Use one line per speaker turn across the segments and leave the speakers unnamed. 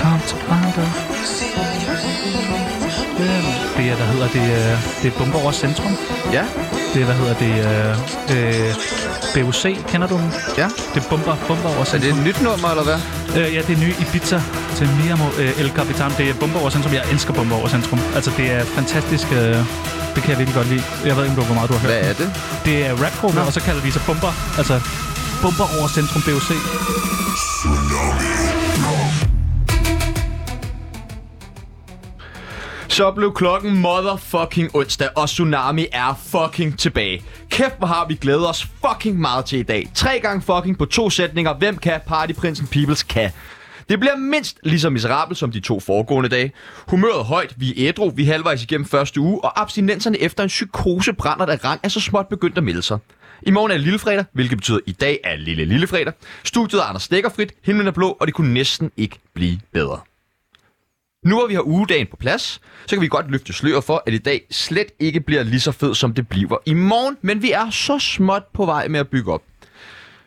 Kom til Randers. Det er, hvad hedder det, øh, det er Bunker over Centrum.
Ja,
Det er, hvad hedder det, øh, øh, BUC, kender du dem?
ja.
Det er Bomber, Bomber over
Er det
Centrum.
et nyt nummer, eller hvad?
Øh, ja, det er nye Ibiza til Miamo øh, El Capitan. Det er Bomber over Centrum. Jeg elsker Bomber over Centrum. Altså, det er fantastisk. Øh, det kan jeg virkelig godt lide. Jeg ved ikke, hvor meget du har hørt.
Hvad er det?
Det er rapgruppen, og så kalder de sig Bomber. Altså, Bomber over Centrum BUC.
Så blev klokken motherfucking onsdag, og Tsunami er fucking tilbage. Kæft, hvor har vi glædet os fucking meget til i dag. Tre gange fucking på to sætninger. Hvem kan? Partyprinsen Peoples kan. Det bliver mindst lige så miserabelt som de to foregående dage. Humøret højt, vi er ædru, vi er halvvejs igennem første uge, og abstinenserne efter en psykose brænder der rang er så småt begyndt at melde sig. I morgen er lillefredag, hvilket betyder, at i dag er lille lillefredag. Studiet er Anders Stikkerfrit, himlen er blå, og det kunne næsten ikke blive bedre. Nu hvor vi har ugedagen på plads, så kan vi godt løfte slør for, at i dag slet ikke bliver lige så fed, som det bliver i morgen, men vi er så småt på vej med at bygge op.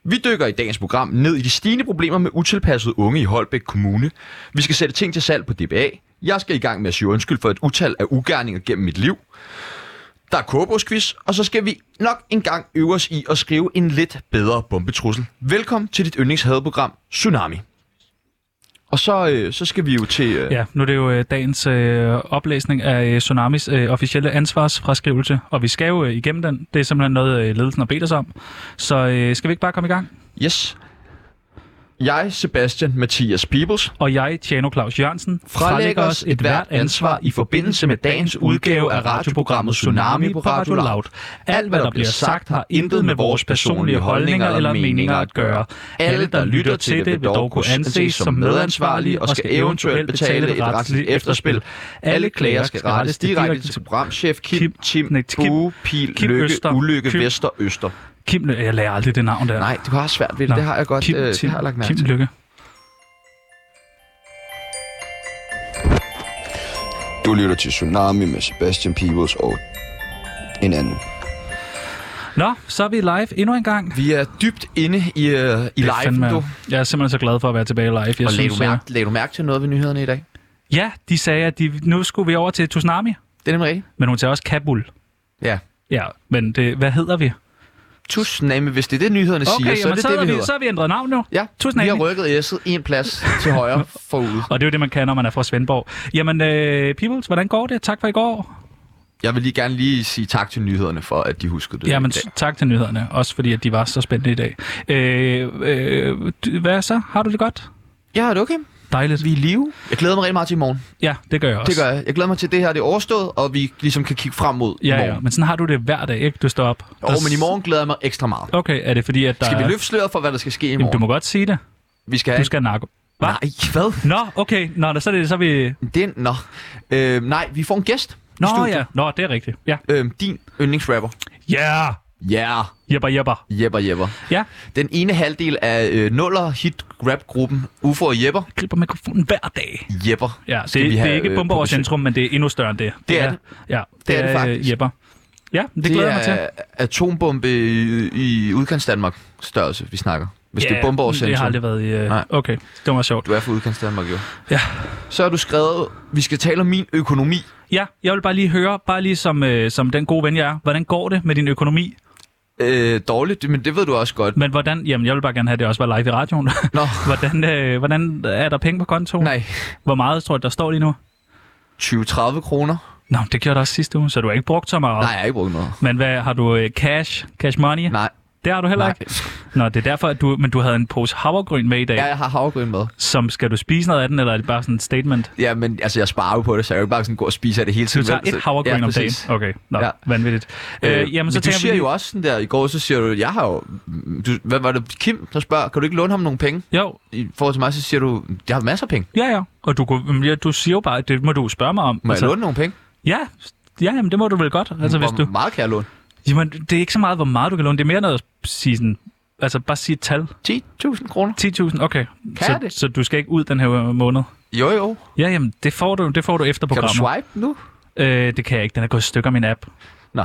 Vi dykker i dagens program ned i de stigende problemer med utilpassede unge i Holbæk Kommune. Vi skal sætte ting til salg på DBA. Jeg skal i gang med at sige undskyld for et utal af ugerninger gennem mit liv. Der er Kobos og så skal vi nok engang øve os i at skrive en lidt bedre bombetrussel. Velkommen til dit yndlingshadeprogram, Tsunami. Og så, øh, så skal vi jo til... Øh,
Ja, nu er det jo øh, dagens øh, oplæsning af øh, Tsunamis øh, officielle ansvarsfraskrivelse, og vi skal jo øh, igennem den. Det er simpelthen noget, øh, ledelsen har bedt os om. Så øh, skal vi ikke bare komme i gang?
Yes. Jeg, Sebastian Mathias Peebles,
Og jeg, Tjano Claus Jørgensen,
frelægger os et hvert ansvar i forbindelse med dagens udgave af radioprogrammet Tsunami på Radio Loud.
Alt, hvad der bliver sagt, har intet med vores personlige holdninger eller meninger at gøre. Alle, der lytter til det, vil dog kunne anses som medansvarlige og skal eventuelt betale et retsligt efterspil.
Alle klager skal rettes direkte til programchef Kim,
Kim-
Tim,
nej, Kim-
Bue, Pil,
Kim
Lykke,
Øster,
Ulykke,
Kim-
Vester, Øster.
Kim, jeg lærer aldrig det navn der.
Nej, du har svært ved det. Det har jeg godt
Kim,
øh, det
Tim,
har jeg lagt mærke
Kim
til.
Lykke.
Du lytter til Tsunami med Sebastian Peebles og en anden.
Nå, så er vi live endnu en gang.
Vi er dybt inde i, øh, i
Det er
live, du.
Jeg er simpelthen så glad for at være tilbage live. Jeg
Og lagde du,
øh,
mærke, lagde du mærke til noget ved nyhederne i dag?
Ja, de sagde, at de, nu skulle vi over til Tsunami,
Det er nemlig rigtigt.
men hun sagde også Kabul.
Ja.
Ja, men det, hvad hedder vi?
Tsunami, hvis det er det, nyhederne okay, siger, så er
jamen,
det
så,
det, vi
har vi,
hedder.
så har vi ændret navn nu.
Ja,
Tusind
vi har
tak.
rykket S'et en plads til højre forude.
Og det er jo det, man kan, når man er fra Svendborg. Jamen, øh, Peoples, hvordan går det? Tak for i går.
Jeg vil lige gerne lige sige tak til nyhederne for, at de huskede det.
Jamen,
i dag.
tak til nyhederne. Også fordi, at de var så spændende i dag. Øh, øh, d- hvad så? Har du det godt?
ja, er det okay?
Dejligt.
Vi er i live. Jeg glæder mig rigtig meget til i morgen.
Ja, det gør jeg også.
Det gør jeg. Jeg glæder mig til, at det her det er overstået, og vi ligesom kan kigge frem mod i
Ja, ja,
morgen.
men sådan har du det hver dag, ikke? Du står op.
Jo, men i morgen glæder jeg mig ekstra meget.
Okay, er det fordi, at der
Skal vi
er-
løfte sløret for, hvad der skal ske i
Jamen, du
morgen?
må godt sige det.
Vi skal have...
Du skal have narko. Hva?
Nej, hvad?
Nå, okay. Nå, da, så er det så er vi...
Det er... Nå. Øh, nej, vi får en gæst
Nå,
i studiet.
ja. Nå, det er rigtigt. Ja.
Øh, din yndlingsrapper.
Ja. Yeah.
Ja, yeah.
Jepper, jepper.
Jepper Jepper.
Ja.
Den ene halvdel af øh, nuller hit rap gruppen UFO og Jepper.
Griber mikrofonen hver dag.
Jepper.
Ja, det,
Skal vi
det
have,
er ikke
øh,
bomber over
publiceret?
centrum, men det er endnu større end det.
Det er det.
Ja, det,
Det er det
øh,
faktisk.
Jepper. Ja, det, det glæder jeg mig til.
er øh, atombombe i, i udkants Danmark størrelse, vi snakker. Hvis yeah, det
Ja,
er bomber over
Det har
centrum.
aldrig været i... Øh...
Nej.
Okay, det var sjovt.
Du er fra udkants Danmark jo.
Ja.
Så har du skrevet, vi skal tale om min økonomi.
Ja, jeg vil bare lige høre, bare lige som, øh, som den gode ven, jeg er. Hvordan går det med din økonomi?
Øh, dårligt, men det ved du også godt.
Men hvordan... Jamen, jeg vil bare gerne have, at det også var live i radioen.
Nå,
hvordan, øh, hvordan er der penge på kontoen?
nej.
Hvor meget tror du, der står lige nu?
20-30 kroner?
Nå, det gjorde der også sidste uge, så du har ikke brugt så meget.
Nej, jeg har ikke brugt noget.
Men hvad, har du øh, cash? Cash money?
Nej,
Det har du heller
nej.
ikke. Nå, det er derfor, at du, men du havde en pose havregryn med i dag.
Ja,
Ja.
jeg har havregryn med.
Som skal du spise noget af den, eller er det bare sådan et statement?
Ja, men altså, jeg sparer jo på det, så jeg kan jo ikke bare sådan gå og spise af det hele
Så
tiden.
du tager
vel?
et havregryn
ja,
om dagen?
præcis.
Okay, nå,
Ja.
ja. vanvittigt. Øh, jamen, så
men du
tager
siger
vi...
jo også sådan der, i går så siger du, jeg har jo, du, hvad var det, Kim, der spørger, kan du ikke låne ham nogle penge?
Jo,
I forhold til mig, så siger du, jeg har masser af penge.
ja, ja. Og du, kunne- jamen, ja, du siger jo bare, at det må du spørge mig om. Altså,
Må jeg låne nogle penge?
Ja, ja jamen, det må du vel godt. Altså, hvis
Hvor
du...
meget kan jeg låne?
Jamen, det er ikke så meget, hvor meget du kan låne. Det er mere noget at sige sådan... Altså, bare sige et tal.
10.000 kroner?
10.000, okay.
Kan
så,
jeg det?
så du skal ikke ud den her måned?
Jo, jo.
Ja, jamen, det får du, det får du efter
Kan du
programmet.
swipe nu?
Øh, det kan jeg ikke. Den er gået i stykker, min app.
Nå.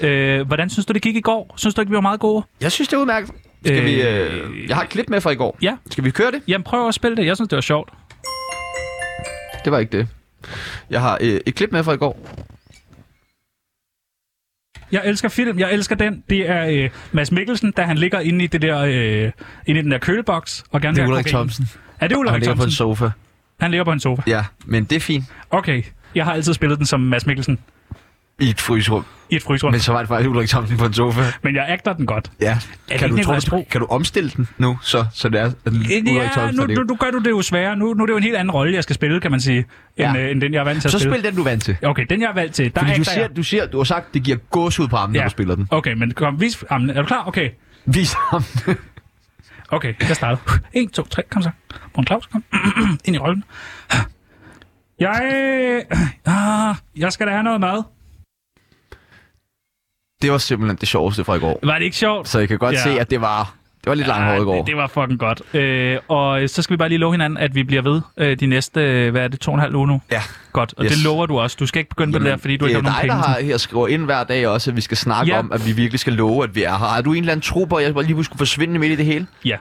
Øh, hvordan synes du, det gik i går? Synes du ikke, vi var meget gode?
Jeg synes, det er udmærket. Skal øh... vi,
Øh,
øh... Jeg har et klip med fra i går.
Ja.
Skal vi køre det?
Jamen, prøv at spille det. Jeg synes, det var sjovt.
det var ikke det. Jeg har øh, et klip med fra i går.
Jeg elsker film, jeg elsker den. Det er øh, Mads Mikkelsen, da han ligger inde i, det der, øh, inde i den der køleboks og gerne
Det er
vil have
Ulrik
kokain.
Thomsen.
Er det
Han
Ulrik
ligger på en
Thomsen?
sofa.
Han ligger på en sofa.
Ja, men det er fint.
Okay, jeg har altid spillet den som Mads Mikkelsen
I et frysrum.
i et frysrum,
Men så var det faktisk Ulrik Thomsen på en sofa.
men jeg agter den godt.
Ja.
det
Kan
ikke
du, tro,
Nikolajs
du,
Bro?
kan du omstille den nu, så, så det er at Ulrik
Ja,
Thomsen?
nu,
er det
nu,
jo.
nu gør du det jo sværere. Nu, nu er det jo en helt anden rolle, jeg skal spille, kan man sige, end,
Ja.
ja. øh, end den, jeg er vant til at
Så
spille.
spil den, du er vant til.
Okay, den jeg er valgt til, der
Fordi
agter
du siger,
jeg.
du siger, du har sagt, det giver gås ud på armen, ja. når du spiller den.
Okay, men kom, vis armen. Er du klar? Okay.
Vis ham.
Okay, jeg starter. 1, 2, 3, kom så. Morten Claus, kom. Ind i rollen. Jeg... Ah, jeg skal da have noget mad.
Det var simpelthen det sjoveste fra i går.
Var det ikke sjovt?
Så jeg kan godt ja.
Ja.
se, at det var, det var lidt langt
Ah,
hårdt i går.
det, det var fucking godt. Øh, og øh, så skal vi bare lige love hinanden, at vi bliver ved øh, de næste, øh, hvad er det, to og en halv uge nu?
Ja.
Godt, og
Yes.
yes. det lover du også. Du skal ikke begynde på det der, fordi du
det
ikke
er
har nogen
dig,
penge.
der
til.
har, jeg skriver ind hver dag også, at vi skal snakke ja.
Ja.
om, at vi virkelig skal love, at vi er her. Har du en eller anden tro på, at jeg bare lige skulle forsvinde midt i det hele?
Ja.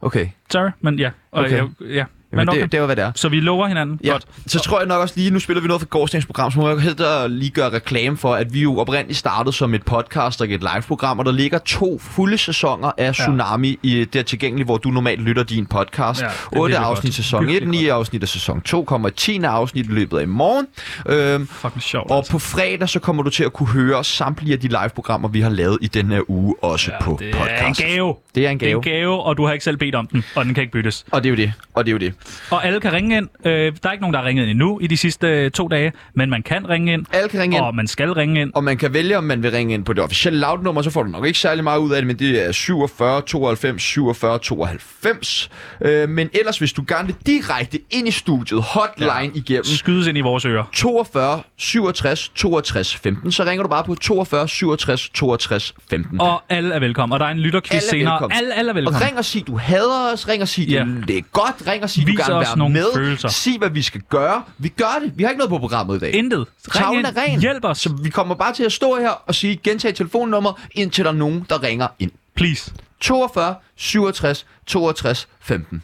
Okay,
Sorry, men ja. Og,
Okay.
okay. jeg, ja.
Jamen,
Men okay.
det, det var, hvad det er.
Så vi lover hinanden.
Ja,
Godt.
så tror jeg nok også lige, nu spiller vi noget fra gårdsdagens program, så må jeg hedder lige gøre reklame for, at vi jo oprindeligt startede som et podcast og ikke et live-program, og der ligger to fulde sæsoner af Tsunami i der tilgængelig, hvor du normalt lytter din podcast.
Ja, det er
Ja, 8
virkelig
afsnit
godt.
sæson 1,
Virkelig
9 afsnit af sæson 2, kommer et 10. afsnit i løbet af i morgen. Øhm,
Fucking sjovt.
og
altså.
på fredag, så kommer du til at kunne høre samtlige af de live-programmer, vi har lavet i den her uge, også ja, på
det er en
podcast.
gave.
Det er en
Det er en
gave.
gave, og du har ikke selv bedt om den, og den kan ikke byttes.
Og det er jo det. Og det er jo det.
Og alle kan ringe ind. Øh, der er ikke nogen, der har ringet ind endnu i de sidste øh, to dage, men man kan ringe ind,
Alle kan ringe ind.
og man skal ringe ind.
Og man kan vælge, om man vil ringe ind på det officielle loud-nummer, så får du nok ikke særlig meget ud af det, men det er 47 92 47 92. Øh, men ellers, hvis du gerne vil direkte ind i studiet, hotline ja. igennem,
Skydes ind i vores ører.
42 67 62 15, så ringer du bare på 42 67 62 15.
Og alle er velkommen. Og der er en lytterquiz
Alle er
senere.
velkommen.
Alle, alle er
Og
velkommen.
ring og sig, du hader os. Ring og sig,
Ja.
det, det er godt. Ring og sig,
Vis
du gerne vil
os
være
nogle
med.
følelser.
Sig, hvad vi skal gøre. Vi gør det. Vi har ikke noget på programmet i dag.
Intet. Ring
Tavlen er ren.
ind. Hjælp os.
Vi kommer bare til at stå her og sige, gentag telefonnummer, indtil der er nogen, der ringer ind.
Please.
42 67 62 15.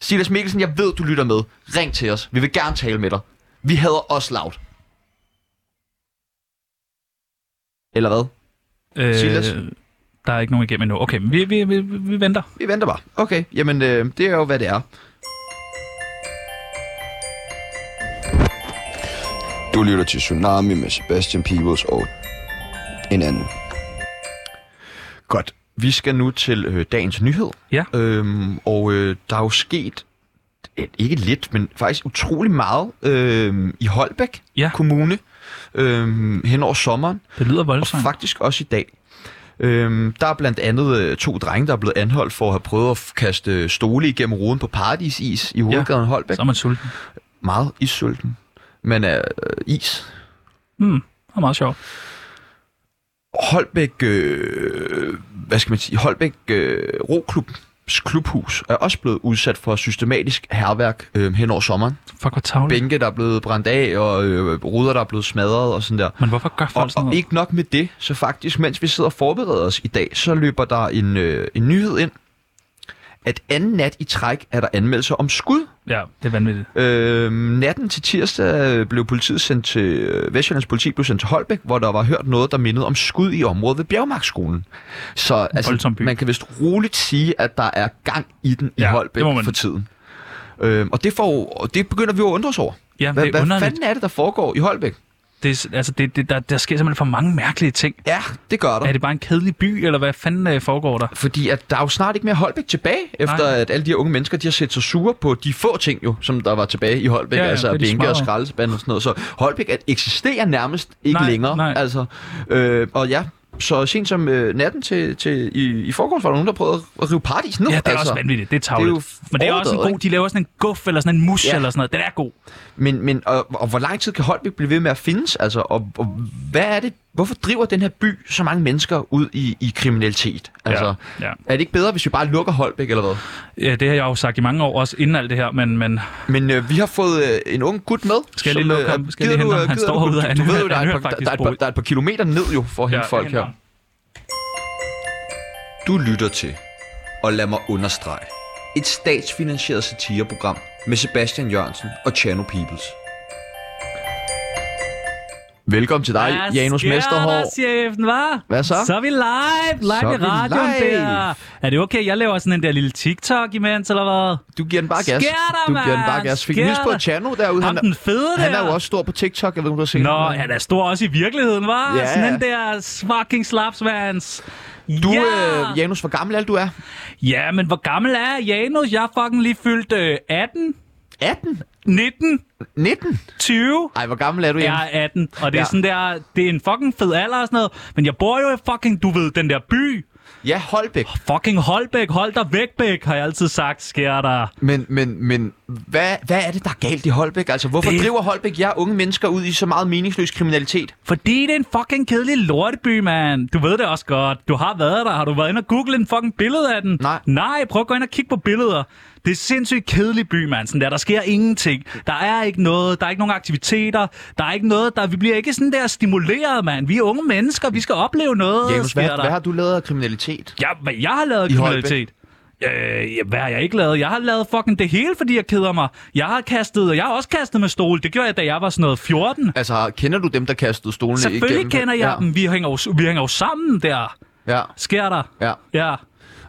Silas Mikkelsen, jeg ved, du lytter med. Ring til os. Vi vil gerne tale med dig. Vi hader os loud. Eller hvad?
Øh,
Silas?
der er ikke nogen igennem endnu. Okay, men vi, vi, vi, vi venter.
Vi venter bare. Okay, jamen øh, det er jo, hvad det er.
Du lytter til Tsunami med Sebastian Peebles og en anden.
Godt. Vi skal nu til øh, dagens nyhed.
Ja.
Øhm, og øh, der er jo sket, eh, ikke lidt, men faktisk utrolig meget øh, i Holbæk
Ja.
Kommune øh, hen over sommeren,
Det lyder
og
voldsomt.
faktisk også i dag. Øhm, der er blandt andet øh, to drenge, der er blevet anholdt for at have prøvet at f- kaste stole igennem ruden på Paradisis i hovedgaden ja. Holbæk.
Så er man sulten.
Meget issulten, men er øh, is.
Mm, det er meget sjovt.
Holbæk, øh, hvad skal man sige, Holbæk øh, Roklubs klubhus er også blevet udsat for systematisk herværk øh, hen over sommeren.
Fuck, hvor tavligt.
Bænke, der er blevet brændt af, og øh, ruder, der er blevet smadret og sådan der.
Men hvorfor gør folk
Og,
sådan
og
noget?
ikke nok med det, så faktisk, mens vi sidder og forbereder os i dag, så løber der en, øh, en nyhed ind, at anden nat i træk er der anmeldelser om skud.
Ja, det er vanvittigt.
Øh, natten til tirsdag øh, blev politiet sendt til, øh, Vestjyllands politi blev sendt til Holbæk, hvor der var hørt noget, der mindede om skud i området ved Bjergmarksskolen. Så altså,
voldsom by.
man kan vist roligt sige, at der er gang i den i
Ja,
Holbæk
det må man.
for tiden. Øh, og det, får, og det begynder vi jo at undre os over.
Ja,
Hvad,
det er
hvad
underligt.
fanden er det, der foregår i Holbæk?
Det, er s- altså, det, det, der, der sker simpelthen for mange mærkelige ting.
Ja, det gør der.
Er det bare en kedelig by, eller hvad fanden øh, foregår der?
Fordi at der er jo snart ikke mere Holbæk tilbage, efter
Nej.
at alle de her unge mennesker, de har set sig sure på de få ting jo, som der var tilbage i Holbæk, ja,
Ja, ja,
altså
det er de
bænke
smadret.
og skraldespand og sådan noget. Så Holbæk at- eksisterer nærmest ikke
Nej,
længere.
nej.
Altså, øh, og ja, så sent som øh, natten til, til i, i forgårs var der nogen, der prøvede at rive paradis ned.
Ja, det er
altså.
også vanvittigt. Det er
det er
tavligt.
jo
Men det er også en
overdrevet,
god... De laver sådan en guf, eller sådan en mus,
Ja.
eller sådan noget. Den er god.
Men, men og, og, hvor lang tid kan Holbæk blive ved med at findes? Altså, og, og hvad er det? Hvorfor driver den her by så mange mennesker ud i, i kriminalitet? Altså,
Ja, ja.
Er det ikke bedre, hvis vi bare lukker Holbæk, eller hvad?
Ja, det har jeg jo sagt i mange år, også inden alt det her, men, men
Men øh, vi har fået øh, en ung gut med.
Skal jeg lige lukke ham? Skal jeg lige hente ham?
gider øh,
Han
gider
står
du-
herude, og
Du
han-
ved jo, der er,
han
et
hører
par, der,
faktisk
der, er et par,
Bo.
der er et par kilometer ned jo for at hente
Ja,
folk
hent
her.
ham.
Du lytter til, og lad mig understrege, et statsfinansieret satireprogram med Sebastian Jørgensen og Chano Peoples. Velkommen til dig,
Hvad
Janus
sker
Mesterhår.
Der, chefen, hva?
Hvad så?
Så er vi live, live
Så er
i
vi
radioen
live.
der. Er det okay, jeg laver sådan en der lille TikTok imens, eller hvad?
Du giver den bare gas.
Sker der,
du giver den bare
mand?
gas. Fik
Sker
nys på
der?
Chano derude.
Ham den fede der.
han er jo også stor på TikTok, jeg ved ikke, om du har set
Nå,
ham.
han er stor også i virkeligheden, var.
Ja.
Yeah. Sådan en der fucking slapsvans.
Du,
ja.
øh, Janus, hvor gammel er du er?
ja, men hvor gammel er Janus? Jeg er fucking lige fyldt øh, 18,
18?
19,
19?
20.
Ej, hvor gammel er du, Janus?
Jeg er 18, og det er
Ja.
sådan der, det er en fucking fed alder og sådan noget, men jeg bor jo i fucking, du ved, den der by.
Ja, Holbæk.
Fucking Holbæk, hold dig væk, Bæk, har jeg altid sagt, sker der.
Men, men, men hvad, hvad er det, der er galt i Holbæk? Altså, hvorfor det...
Det-
driver Holbæk jer unge mennesker ud i så meget meningsløs kriminalitet?
Fordi det er en fucking kedelig lorteby, mand. Du ved det også godt. Du har været der. Har du været inde og google en fucking billede af den?
Nej.
Nej, prøv at gå ind og kigge på billeder. Det er sindssygt kedelig by, mand. Sådan der, der sker ingenting. Der er ikke noget. Der er ikke nogen aktiviteter. Der er ikke noget. Der, vi bliver ikke sådan der stimuleret, mand. Vi er unge mennesker. Vi skal opleve noget.
Janus, hvad,
sker der.
hvad har du lavet af kriminalitet?
Ja, hvad jeg har lavet
I
I
Holbæk?
kriminalitet. Øh, ja, hvad har jeg ikke lavet? Jeg har lavet fucking det hele, fordi jeg keder mig. Jeg har kastet, og jeg har også kastet med stol. Det gjorde jeg, da jeg var sådan noget 14.
Altså, kender du dem, der kastede stolene
Selvfølgelig
igennem?
kender jeg
ja.
ja. dem. Vi hænger, jo, vi hænger jo sammen der.
Ja,
Sker der?
ja.
Ja.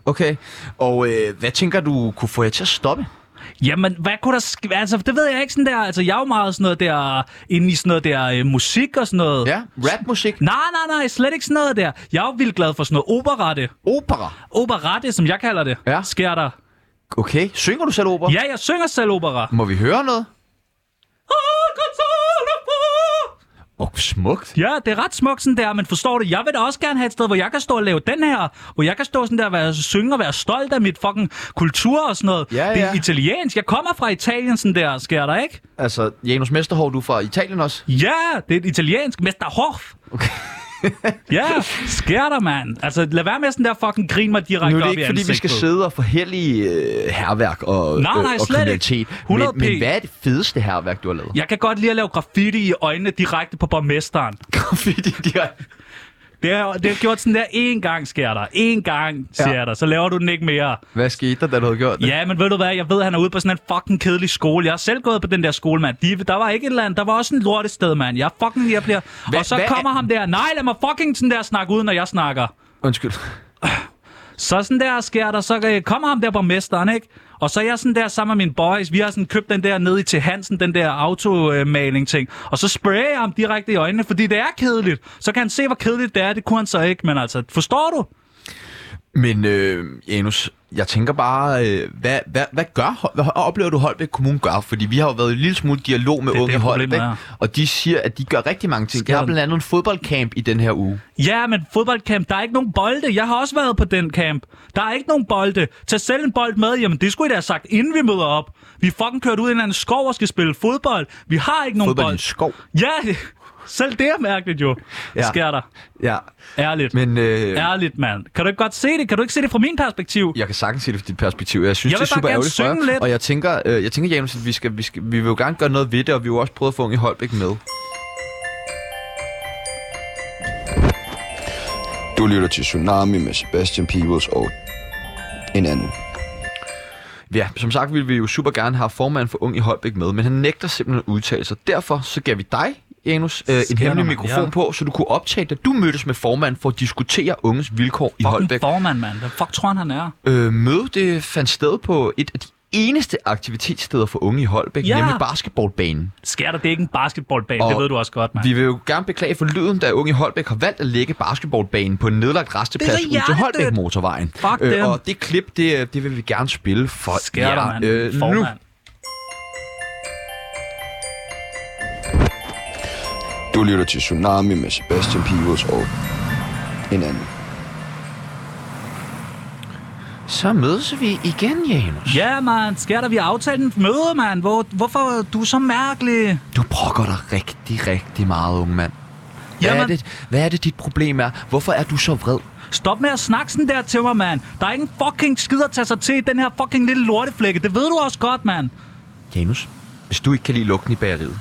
Okay. Og øh, hvad tænker du kunne få jer til at stoppe?
Jamen, hvad kunne der ske? Altså, det ved jeg ikke sådan der. Altså, jeg er jo meget sådan noget der, inde i sådan noget der øh, musik og sådan noget.
Ja, rapmusik,
Nej, nej, nej, slet ikke sådan noget der. Jeg er jo vildt glad for sådan noget operette.
opera.
Operette, som jeg kalder det.
Ja.
Sker der?
Okay, synger du selv opera?
Ja, jeg synger selv opera.
Må vi høre noget? Åh, oh, smukt.
Ja, det er ret smukt sådan der, men forstår du, jeg vil da også gerne have et sted, hvor jeg kan stå og lave den her, hvor jeg kan stå sådan der og være, synge og være stolt af mit fucking kultur og sådan noget.
Ja,
Det
ja.
er italiensk. Jeg kommer fra Italien sådan der, sker der ikke?
Altså, Janus Mesterhov, du er fra Italien også?
Ja, det er et italiensk. Mester Hoff.
Okay.
ja, sker der, mand. Altså, lad være med sådan der fucking grine mig direkte
Nu er det
op
ikke,
i
fordi vi skal
ansigtet.
sidde og forhællige øh, herværk og,
Nej,
øh,
nej,
og
slet ikke.
kriminalitet. Men,
100p.
men hvad er det fedeste herværk, du har lavet?
Jeg kan godt lide at lave graffiti i øjnene direkte på borgmesteren.
Graffiti, de har...
Det har, det har gjort sådan der én gang, sker der. Én gang, siger
Ja.
ja. der. Så laver du den ikke mere.
Hvad skete der, da du havde gjort det?
Ja, men ved du hvad, jeg ved, at han er ude på sådan en fucking kedelig skole. Jeg har selv gået på den der skole, mand. De, der var ikke et eller andet, der var også en lortested, mand. Jeg er fucking, jeg bliver...
Hva-
og så
hvad er-
kommer ham der, nej, lad mig fucking sådan der snakke ud, når jeg snakker.
Undskyld.
Så sådan der sker der, så øh, kommer ham der borgmesteren, ikke? Og så er jeg sådan der sammen med mine boys, vi har sådan købt den der nede i til Hansen, den der automaling ting. Og så sprayer jeg ham direkte i øjnene, fordi det er kedeligt. Så kan han se, hvor kedeligt det er, det kunne han så ikke, men altså, forstår du?
Men øh, Janus, jeg tænker bare, øh, hvad, hvad, hvad, gør, Hol- hvad oplever du Holbæk Kommune gør? Fordi vi har jo været i en lille smule dialog med
Det er
unge i
det, problemet
Holbæk,
er.
og de siger, at de gør rigtig mange ting. De har
Skal-
blandt andet en fodboldcamp i den her uge.
Ja, men fodboldcamp, der er ikke nogen bolde. Jeg har også været på den camp. Der er ikke nogen bolde. Tag selv en bold med. Jamen, det skulle I da have sagt, inden vi møder op. Vi er fucking kørt ud i en eller anden skov og skal spille fodbold. Vi har ikke nogen
Fodbold i en
bold.
skov.
Ja, selv det er mærkeligt jo.
Ja.
Ja. Sker der.
Ja,
Ærligt. Men...
men øh, ja.
Ærligt, mand. Kan du ikke godt se det? Kan du ikke se det fra min perspektiv?
jeg kan sagtens se det fra dit perspektiv. Jeg synes,
Jeg
det
vil
er
bare
super
gerne
ærgerligt for jer.
synge lidt.
Og jeg tænker, øh, jeg tænker Janus, at vi, skal, vi, skal, vi vil jo gerne gøre noget ved det, og vi vil jo også prøve at få unge i Holbæk med.
Du lytter til Tsunami med Sebastian Peebles og en anden.
Ja, som sagt ville vi jo super gerne have formanden for Ung i Holbæk med, men han nægter simpelthen at udtale sig. Derfor så gav vi dig, Janus, øh, en
Sker
hemmelig
der, mand?
mikrofon
Ja.
på, så du kunne optage, da du mødtes med formanden for at diskutere unges vilkår i
Fucking
Holbæk.
formand, mand. Hvad fuck tror han, han er?
Øh, mødet det fandt sted på et af de eneste aktivitetssteder for unge i Holbæk, ja.
Ja.
nemlig basketballbanen.
Sker der? Det er ikke en basketballbane. Det
Og
ved du også godt, mand.
Vi vil jo gerne beklage for lyden, da Unge i Holbæk har valgt at lægge basketballbanen på en nedlagt
Det er
resteplads
så
ud til
hjertedødt.
Holbæk-motorvejen.
Fuck dem.
og det klip, det, øh, det vil vi gerne spille for
Sker der,
jer øh,
mand.
nu.
Formand.
Du lytter til Tsunami med Sebastian Peebles og en anden.
Så mødes vi igen, Janus.
Ja, mand. Sker der? Vi har aftalt en møde, mand. Hvor, hvorfor du er så mærkelig?
Du brokker dig rigtig, rigtig meget, unge mand. Hvad, er
Jamen-
det, hvad er det, dit problem er? Hvorfor er du så vred?
Stop med at snakke sådan der til mig, mand. Der er ingen fucking skid at tage sig til i den her fucking lille lorteflække. Det ved du også godt, mand.
Janus, hvis du ikke kan lide lugten i bageriet,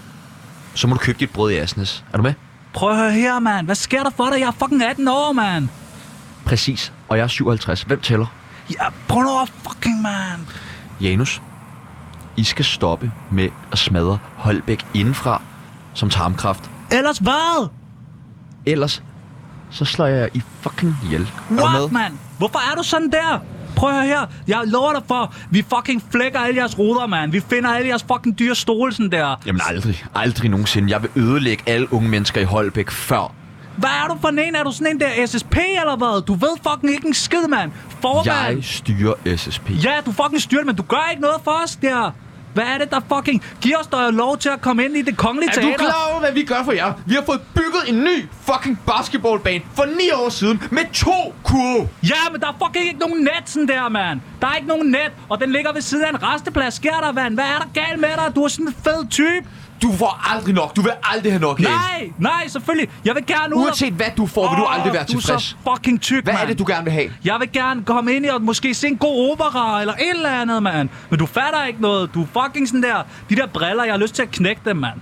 så må du købe dit brød i Asnes. Er du med?
Prøv at høre her, mand. Hvad sker der for dig? Jeg er fucking 18 år, mand.
Præcis. Og jeg er 57. Hvem tæller?
Ja, prøv nu at fucking, mand.
Janus, I skal stoppe med at smadre Holbæk indenfra som tarmkraft.
Ellers hvad?
Ellers så slår jeg i fucking ihjel. Er du med?
What, mand? Hvorfor er du sådan der? Prøv at høre her. Jeg lover dig for, vi fucking flækker alle jeres ruder, mand. Vi finder alle jeres fucking dyre stole sådan der.
Jamen aldrig. Aldrig nogensinde. Jeg vil ødelægge alle unge mennesker i Holbæk før.
Hvad er du for en? Er du sådan en der SSP eller hvad? Du ved fucking ikke en skid, mand. Formand.
Jeg styrer SSP.
Ja, du fucking styrer det, men du gør ikke noget for os der. Hvad er det, der fucking giver os der lov til at komme ind i det kongelige
Er
teater?
du klar over, hvad vi gør for jer? Vi har fået bygget en ny fucking basketballbane for 9 år siden med to kurve.
Ja, men der er fucking ikke nogen net sådan der, mand. Der er ikke nogen net, og den ligger ved siden af en resteplads. Sker der, mand? Hvad er der galt med dig? Du er sådan en fed type.
Du får aldrig nok. Du vil aldrig have nok, Jens.
Nej, nej, selvfølgelig. Jeg vil gerne ud og-
Uanset hvad du får, vil du
Åh,
aldrig være
Du er så
tilfreds.
fucking tyk,
Hvad
mand.
er det, du gerne vil have?
Jeg vil gerne komme ind i og måske se en god opera eller et eller andet, mand. Men du fatter ikke noget. Du er fucking sådan der... De der briller, jeg har lyst til at knække dem, mand.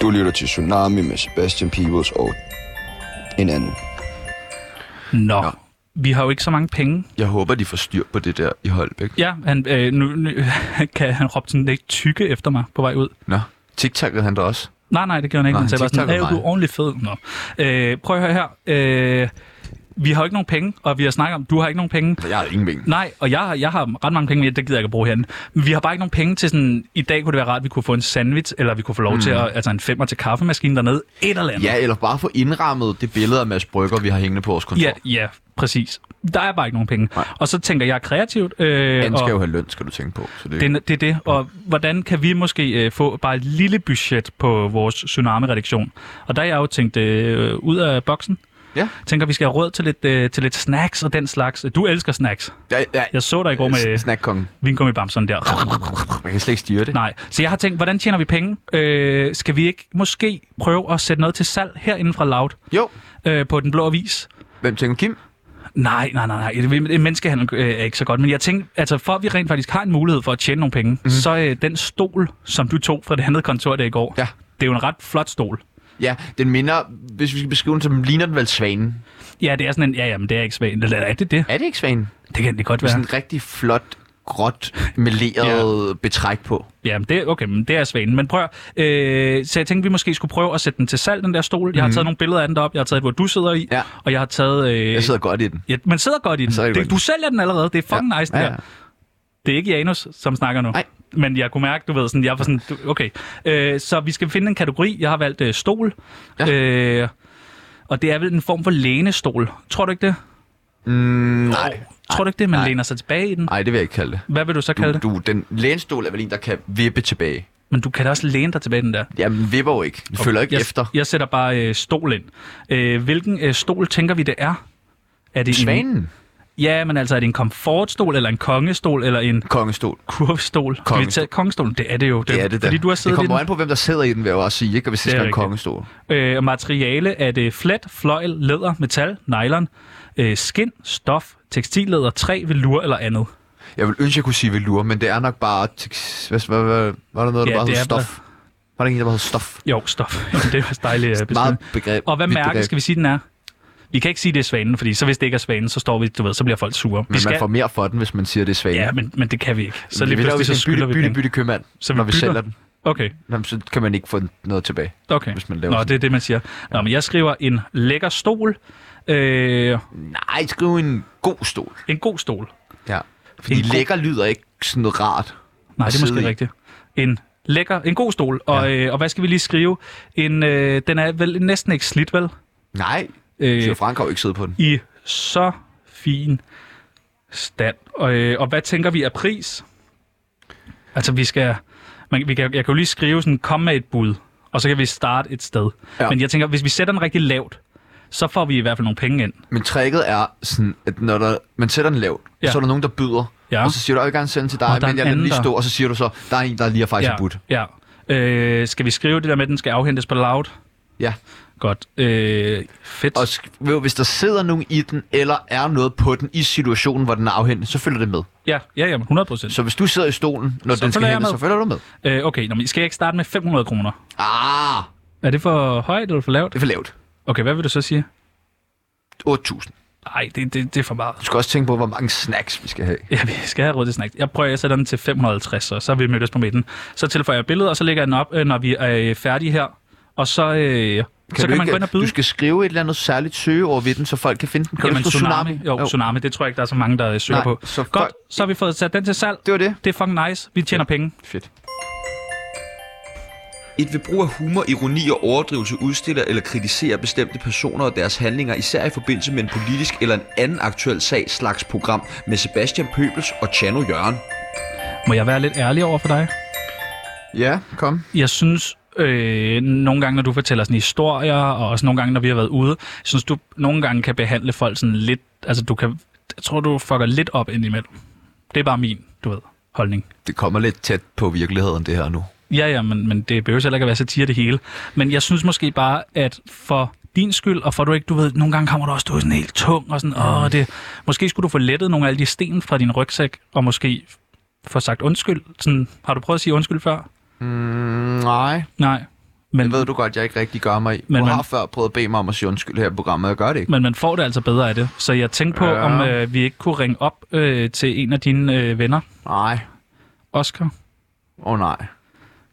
Du lytter til Tsunami med Sebastian Peebles og en anden.
Nå. Nå. Vi har jo ikke så mange penge.
Jeg håber, de får styr på det der i Holbæk.
Ja, han, øh, nu, nu kan han råbe sådan lidt tykke efter mig på vej ud.
Nå, TikTok'ede han der også.
Nej, nej, det gjorde han ikke.
Nej,
Nej, han sagde bare
TikTok
sådan,
er
"Hey, du
mig."
er ordentligt fed. Nå. Øh, prøv at høre her. Øh, vi har jo ikke nogen penge, og vi har snakket om, du har ikke nogen penge.
Jeg har ingen mening.
Nej, og jeg, har- jeg har ret mange penge, men det gider jeg ikke at bruge herinde. Men vi har bare ikke nogen penge til sådan, i dag kunne det være rart, at vi kunne få en sandwich, eller vi kunne få lov mm. til at, altså en femmer til kaffemaskinen dernede, et eller andet.
Ja, eller bare få indrammet det billede af Mads Brygger, vi har hængende på vores kontor.
ja, ja, præcis. Der er bare ikke nogen penge. Nej. Og så tænker jeg kreativt. Øh,
Han
og
skal jo have løn, skal du tænke på. Så det,
det, er- det er det. Og hvordan kan vi måske øh, få bare et lille budget på vores Tsunami-redaktion? Og der har jeg jo tænkt øh, ud af boksen.
Ja.
Tænker, vi skal have råd til lidt, øh, til lidt snacks og den slags. Du elsker snacks.
Ja, ja.
Jeg så dig i går med
Snakkongen.
vingummibamsen der.
Man kan slet ikke styre det.
Nej, så jeg har tænkt, hvordan tjener vi penge? Øh, skal vi ikke måske prøve at sætte noget til salg herinde fra Loud
Jo,
øh, på Den Blå Avis?
hvem tænker Kim?
Nej, nej, nej, nej. Det- det- Menneskehandel øh, er ikke så godt. Men jeg tænkte, altså for at vi rent faktisk har en mulighed for at tjene nogle penge,
Mhm.
mm. så øh, den stol, som du tog fra det andet kontor der i går,
Ja.
det er jo en ret flot stol.
Ja, den minder, hvis vi skal beskrive den, så ligner den vel svanen.
Ja, det er sådan en, ja, jamen det er ikke svagt. Eller er det det?
Er det ikke svanen?
Det kan det godt
Med
være.
sådan en rigtig flot, gråt, meleret ja. betræk på.
Ja, men det, okay, men det er svanen. Men prøv at- øh, så jeg tænkte, vi måske skulle prøve at sætte den til salg, den der stol. Jeg har taget nogle billeder af den deroppe. Jeg har taget, et, hvor du sidder i.
Mhm. Ja.
Og jeg har taget... Øh,
Jeg sidder godt i den.
Ja, man sidder godt i den.
sidder rigtig
Det,
godt i
du sælger den allerede. Det er fucking ja. nice, den
Ja,
ja,
ja.
ja. der. Det er ikke Janus, som snakker nu.
Nej.
Men jeg kunne mærke, du ved, sådan, jeg var sådan, du- okay. Øh, så vi skal finde en kategori. Jeg har valgt øh, stol.
Ja.
Ja. Øh, og det er vel en form for lænestol. Tror du ikke det?
Mm, nej.
Tror du ikke det, man
Nej.
læner sig tilbage i den?
Nej, det vil jeg ikke kalde det.
Hvad vil du så kalde
Du,
det?
du, den lænestol er vel en, der kan vippe tilbage.
Men du kan da også læne dig tilbage i den der.
Jamen, vipper jo ikke. Den følger ikke
jeg,
efter.
Jeg sætter bare øh, stol ind. Øh, hvilken øh, stol tænker vi, det er? Er det En,
Svanen.
ja, men altså, er det en komfortstol, eller en kongestol, eller en
Kongestol.
kurvestol. Skal vi
Kongestol.
tage kongestolen? Det er det jo.
Det er det da.
Fordi du har
det
siddet i
kommer
den.
an på, hvem der sidder i den, vil jeg også sige. Ikke? Og hvis det,
Det er
skal være en
rigtigt.
kongestol.
Øh, materiale er det flat, fløjl, læder, metal, nylon, øh, skin, stof, tekstilleder, træ, velur eller andet.
Jeg vil ønske, jeg kunne sige velur, men det er nok bare... tekst- Hvad, hvad, hvad, var der noget, der
Ja,
bare hed
det er
stof? Var der ikke en, der bare hed stof?
Jo, stof. Jamen, det er også dejligt at
Meget
beskrive.
begreb.
Og hvad
vidt
mærke
begreb.
skal vi sige, den er? Vi kan ikke sige, det er svanen, fordi så hvis det ikke er svanen, så står vi, du ved, så bliver folk sure.
Men
vi
man får mere for den, hvis man siger, det er svanen.
Ja, men, men det kan vi ikke. Så lige
vi laver
pludselig, så
sådan en
skylder
bytte,
vi
bytte,
penge.
bytte købmand,
Så vi
når vi
bytter?
sælger den.
Okay,
Jamen, så kan man ikke få noget tilbage.
okay.
Hvis man laver
Nå,
sådan.
det er det, man siger. Nå, men jeg skriver en lækker stol. Øh,
Nej, skriv en god stol.
en god stol.
Ja. Fordi
En
en
god-
lækker lyder ikke sådan noget rart.
Nej,
at
det er
sidde
måske
i.
rigtigt. En lækker, en god stol. Og, øh, og hvad skal vi lige skrive? En, øh, den er vel næsten ikke slidt, vel?
Nej, Theo
Øh,
Frank har jo ikke siddet på den.
I så fin stand. Og, øh, og hvad tænker vi af pris? Altså, vi skal... Man, vi kan, jeg kan jo lige skrive sådan, kom med et bud, og så kan vi starte et sted.
Ja.
Ja. Men jeg tænker, hvis vi sætter den rigtig lavt, så får vi i hvert fald nogle penge ind.
Men tricket er sådan, at når der, man sætter den lavt, ja.
Ja.
så er der nogen, der byder. Ja.
Ja.
Og så siger du, jeg vil gerne sende den til dig,
Og der er
men
en
jeg lader den
anden,
lige
der-
stå. Og så siger du så, der er en, der lige har faktisk ja. budt.
ja. Øh, skal vi skrive det der med, at den skal afhentes på loud?
Ja.
Godt. Øh, fedt.
Og sk- ved du, hvis der sidder nogen i den, eller er noget på den i situationen, hvor den er afhentet, så følger det med.
Ja, ja, ja, 100 procent.
Så hvis du sidder i stolen, når
Så
den skal
følger jeg
hentes,
med.
så følger du med.
Øh, okay, nå, men skal jeg ikke starte med 500 kroner?
Ah,
Er det for højt eller for lavt?
det er for lavt.
Okay, hvad vil du så sige?
8.000.
Nej, det, det, det er for meget.
Du skal også tænke på, hvor mange snacks vi skal have.
Ja, vi skal have råd til snacks. Jeg prøver, jeg sætter den til 550, og så har vi mødtes på midten. Så tilføjer jeg billedet, og så lægger jeg den op, øh, når vi er øh, færdige her. Og så, øh, kan, så kan
du
man gå ind og byde.
Du skal skrive et eller andet særligt søgeord ved den, så folk kan finde den. Kan
Jamen,
du skrive
tsunami. tsunami. Jo, jo, tsunami. Det tror jeg ikke, der er så mange, der øh, søger
Nej,
på.
så
Godt,
folk-
så har vi fået sat den til salg.
Det var det.
Det er fucking nice. Vi tjener penge.
Fedt.
Et ved brug af humor, ironi og overdrivelse udstiller eller kritiserer bestemte personer og deres handlinger, især i forbindelse med en politisk eller en anden aktuel sag slags program med Sebastian Pøbels og Chano Jørgen.
Må jeg være lidt ærlig over for dig?
Ja, kom.
Jeg synes, øh, nogle gange, når du fortæller sådan historier, og også nogle gange, når vi har været ude, jeg synes du nogle gange kan behandle folk sådan lidt... Altså, du kan... Jeg tror, du fucker lidt op indimellem. Det er bare min, du ved, holdning.
Det kommer lidt tæt på virkeligheden, det her nu.
Ja, ja, men, men det behøver heller ikke at være satire det hele. Men jeg synes måske bare, at for din skyld, og for du ikke, du ved, nogle gange kommer du også, du er sådan helt tung, og sådan,
Mm.
åh, det, måske skulle du få lettet nogle af de sten fra din rygsæk, og måske få sagt undskyld. Sådan, har du prøvet at sige undskyld før?
Nej,
Nej.
det
Men,
ved du godt, jeg ikke rigtig gør mig i. Men,
Men
du
man-
har før prøvet at bede mig om at sige undskyld her i programmet, og jeg gør det ikke.
men man får det altså bedre af det. Så jeg tænkte på,
Ja.
ja. om øh, vi ikke kunne ringe op øh, til en af dine øh, venner,
Nej,
Oscar.
åh oh, nej.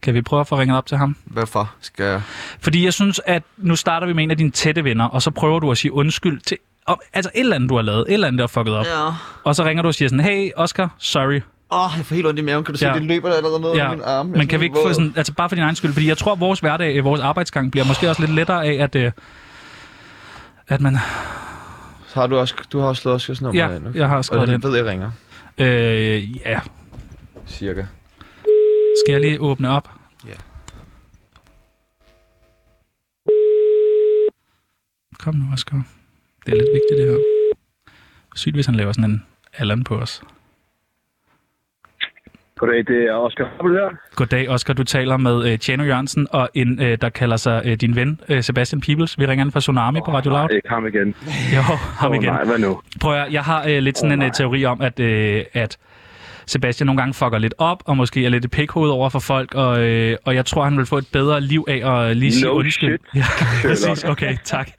Kan vi prøve at få ringet op til ham?
Hvorfor skal jeg...
Fordi jeg synes, at nu starter vi med en af dine tætte venner, og så prøver du at sige undskyld til... Om, altså et eller andet, du har lavet. Et eller andet, der er fucket op.
Ja.
Og så ringer du og siger sådan, hey Oscar, sorry.
Åh, oh, jeg får helt ondt i maven. Kan du se,
Ja.
det løber allerede ned ja.
Ja,
af min arm? Jeg er
men kan vi ikke
våd.
få sådan, altså bare for din egen skyld, fordi jeg tror, at vores hverdag, øh, vores arbejdsgang bliver måske også lidt lettere af, at, øh, at man...
Har du, også, du har også slået Oscars nummer
Ja,
ind, ikke?
jeg har
Og
skrevet
den
den.
ved, jeg ringer.
Øh, ja,
Cirka.
skal jeg lige åbne op?
Ja.
Kom nu, Oscar. Det er lidt vigtigt, det her. Sygt, hvis han laver sådan en Allan på os.
Goddag, det er Oscar Hoppel her.
Goddag, Oscar. Du taler med øh, Tjano Jørgensen og en, øh, der kalder sig øh, din ven, øh, Sebastian Peebles. Vi ringer ind fra Tsunami oh, på Radio Loud.
Ikke ham igen.
Jo, ham igen.
Åh, nej, hvad nu?
Prøv at, høre, jeg har øh, lidt sådan
Åh,
en øh,
nej.
teori om, at, øh, at Sebastian nogle gange fucker lidt op, og måske er lidt et pikhoved over for folk, og, øh, og jeg tror, han vil få et bedre liv af at lige sige
No
undskyld.
shit,
Ja, præcis. Okay, tak.